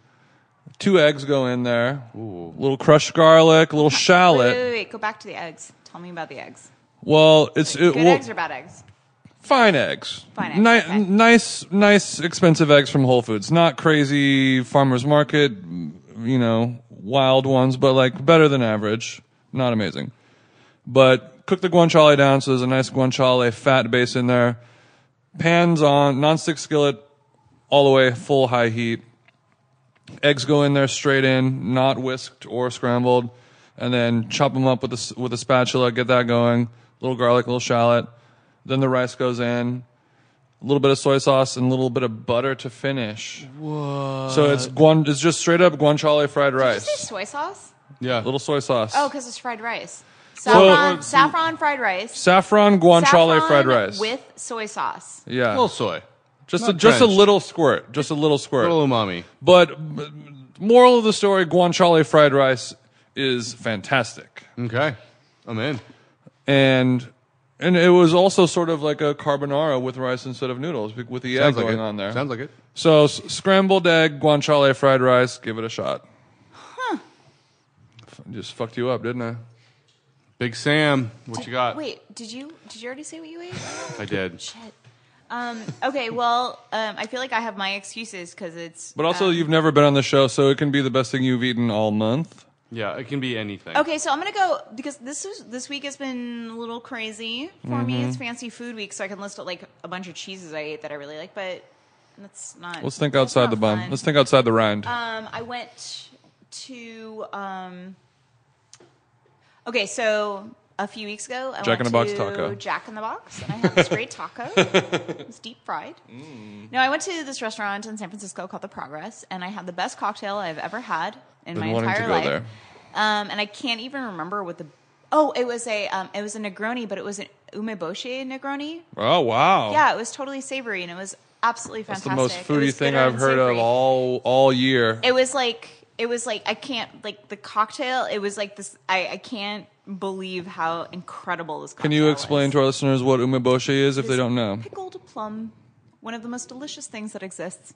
Speaker 3: Two eggs go in there. A little crushed garlic, a little
Speaker 5: Wait,
Speaker 3: shallot.
Speaker 5: wait, wait, wait, Go back to the eggs. Tell me about the eggs.
Speaker 3: Well, it's it,
Speaker 5: Good
Speaker 3: well,
Speaker 5: eggs or bad eggs?
Speaker 3: fine eggs.
Speaker 5: Fine eggs,
Speaker 3: Ni-
Speaker 5: okay.
Speaker 3: Nice, nice, expensive eggs from Whole Foods. Not crazy farmers market, you know, wild ones, but like better than average. Not amazing. But cook the guanciale down so there's a nice guanciale fat base in there. Pans on, nonstick skillet, all the way, full high heat. Eggs go in there straight in, not whisked or scrambled, and then chop them up with a, s- with a spatula, get that going. little garlic, little shallot. Then the rice goes in, a little bit of soy sauce, and a little bit of butter to finish. Whoa. So it's guan, it's just straight up guanciale fried
Speaker 5: Did you say
Speaker 3: rice.
Speaker 5: soy sauce?
Speaker 4: Yeah,
Speaker 3: little soy sauce.
Speaker 5: Oh, because it's fried rice. Saffron, saffron fried rice.
Speaker 3: Saffron guanciale
Speaker 5: Saffron
Speaker 3: fried rice.
Speaker 5: with soy sauce.
Speaker 3: yeah.
Speaker 4: a little soy,
Speaker 3: just a,
Speaker 4: not
Speaker 3: just a
Speaker 4: drenched.
Speaker 3: little squirt. Just a little
Speaker 4: a
Speaker 3: squirt.
Speaker 4: little umami.
Speaker 3: But but moral of the story, guanciale fried rice is fantastic.
Speaker 4: Okay, I'm in.
Speaker 3: and and it was also sort of like a carbonara with rice instead of noodles be- with the egg
Speaker 4: like
Speaker 3: going
Speaker 4: it.
Speaker 3: on there.
Speaker 4: Sounds like it.
Speaker 3: so s- scrambled egg, guanciale, fried rice. Give it a shot. Huh? Just fucked you up, didn't I?
Speaker 4: Big Sam, what you got?
Speaker 5: Wait, did you did you already say what you ate? Oh,
Speaker 4: I did.
Speaker 5: Shit. Um, okay, well, um, I feel like I have my excuses because it's.
Speaker 3: But also,
Speaker 5: um,
Speaker 3: you've never been on the show, so it can be the best thing you've eaten all month.
Speaker 4: Yeah, it can be anything.
Speaker 5: Okay, so I'm gonna go because this is this week has been a little crazy for me.
Speaker 3: Mm-hmm.
Speaker 5: It's fancy food week, so I can list out like a bunch of cheeses I ate that I really like, but that's not.
Speaker 3: Let's think
Speaker 5: that's
Speaker 3: outside
Speaker 5: not
Speaker 3: the bun.
Speaker 5: fun.
Speaker 3: Let's think outside the rind.
Speaker 5: Um, I went to. Um, okay, so a few weeks ago, I
Speaker 3: Jack
Speaker 5: went
Speaker 3: in the Box
Speaker 5: to
Speaker 3: taco.
Speaker 5: Jack in the Box, and I had this great taco. It was deep fried.
Speaker 3: Mm.
Speaker 5: No, I went to this restaurant in San Francisco called The Progress, and I had the best cocktail I've ever had in
Speaker 3: Been
Speaker 5: my
Speaker 3: wanting to
Speaker 5: entire
Speaker 3: go
Speaker 5: life.
Speaker 3: there.
Speaker 5: Um, and I can't even remember what the. Oh, it was a um, it was a Negroni, but it was an umeboshi Negroni.
Speaker 3: oh wow!
Speaker 5: Yeah, it was totally savory, and it was absolutely
Speaker 3: That's
Speaker 5: fantastic.
Speaker 3: the most
Speaker 5: It
Speaker 3: foodie
Speaker 5: was
Speaker 3: thing
Speaker 5: bitter
Speaker 3: I've
Speaker 5: and
Speaker 3: heard of
Speaker 5: savory.
Speaker 3: all all year.
Speaker 5: It was like it was like I can't like the cocktail. It was like this. I I can't believe how incredible this.
Speaker 3: Can you explain to our listeners what umeboshi is if they don't know?
Speaker 5: Pickled plum, one of the most delicious things that exists.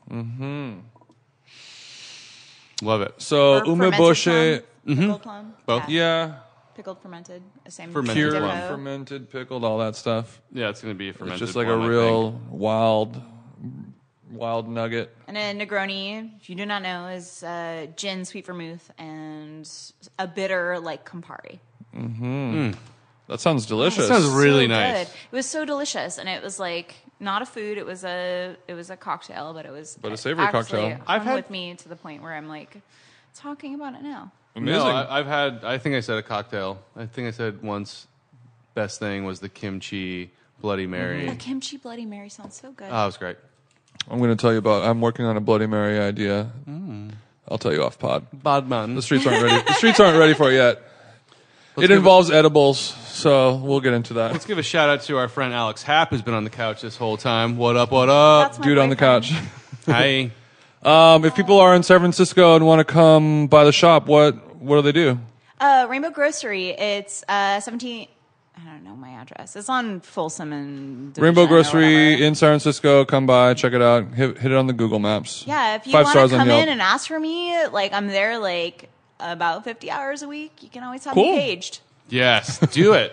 Speaker 4: Love it.
Speaker 3: So
Speaker 5: Or fermented
Speaker 3: umeboshi, Mm-hmm.
Speaker 5: plum, pickled plum.
Speaker 4: Both.
Speaker 3: yeah,
Speaker 5: Pickled, fermented, the same
Speaker 4: Fermented
Speaker 3: pure,
Speaker 5: ditto.
Speaker 4: plum.
Speaker 3: fermented, pickled, all that stuff.
Speaker 4: Yeah, it's gonna be a fermented.
Speaker 3: It's just like
Speaker 4: plum,
Speaker 3: a
Speaker 4: I
Speaker 3: real
Speaker 4: think.
Speaker 3: wild, wild nugget.
Speaker 5: And a Negroni, if you do not know, is uh, gin, sweet vermouth, and a bitter like Campari.
Speaker 3: That sounds delicious.
Speaker 4: sounds re- Really
Speaker 5: so
Speaker 4: nice.
Speaker 5: Good. It was so delicious, and it was like not a food. It was a it was a cocktail, but it was
Speaker 3: But a savory cocktail.
Speaker 5: I've
Speaker 4: I've had-
Speaker 5: with me to the point where I'm like talking about it now.
Speaker 3: amazing.
Speaker 4: No, I, I've had. I think I said a cocktail. I think I said once. Best thing was the kimchi Bloody Mary.
Speaker 5: A kimchi Bloody Mary sounds so good.
Speaker 3: Uh.
Speaker 4: Oh, it was great.
Speaker 3: I'm going to tell you about. I'm working on a Bloody Mary idea.
Speaker 4: Hmm.
Speaker 3: I'll tell you off pod.
Speaker 4: Bodman.
Speaker 3: The streets aren't ready. The streets aren't ready for it yet. it
Speaker 4: give
Speaker 3: involves edibles, so we'll get into that.
Speaker 4: Let's give a shout out to our friend Alex Happ, who's been on the couch this whole time. What up? What up?
Speaker 5: That's my
Speaker 3: Dude on the
Speaker 5: boyfriend.
Speaker 3: couch.
Speaker 4: Hi.
Speaker 3: Um, if people are in San Francisco and want to come by the shop, what what do they do?
Speaker 5: Uh, Rainbow Grocery. It's uh, 17. I don't know my address. It's on Folsom and Division
Speaker 3: Rainbow
Speaker 5: or
Speaker 3: Grocery
Speaker 5: whatever.
Speaker 3: in San Francisco. Come by, check it out. Hit, hit it on the Google Maps.
Speaker 5: Yeah, if you
Speaker 3: Five
Speaker 5: want
Speaker 3: stars
Speaker 5: to
Speaker 3: on
Speaker 5: come
Speaker 3: Yelp.
Speaker 5: in and ask for me, like I'm there like about 50 hours a week. You can always have
Speaker 3: Cool.
Speaker 5: me paged.
Speaker 4: Yes, do it.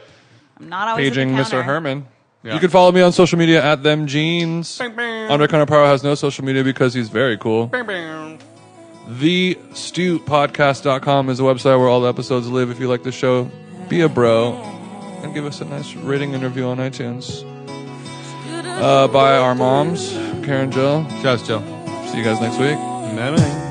Speaker 5: I'm not always at the
Speaker 3: paging Mr.
Speaker 5: counter.
Speaker 3: Herman.
Speaker 4: Yeah.
Speaker 3: You can follow me on social media at them jeans. Andre Conaparo has no social media because he's very cool. The Stew Podcast.com is the website where all the episodes live. If you like the show, be a bro and give us a nice rating and review on iTunes. Uh, by our moms, Karen Jill.
Speaker 4: Shouts, Joe.
Speaker 3: See you guys next week.
Speaker 4: Bye-bye.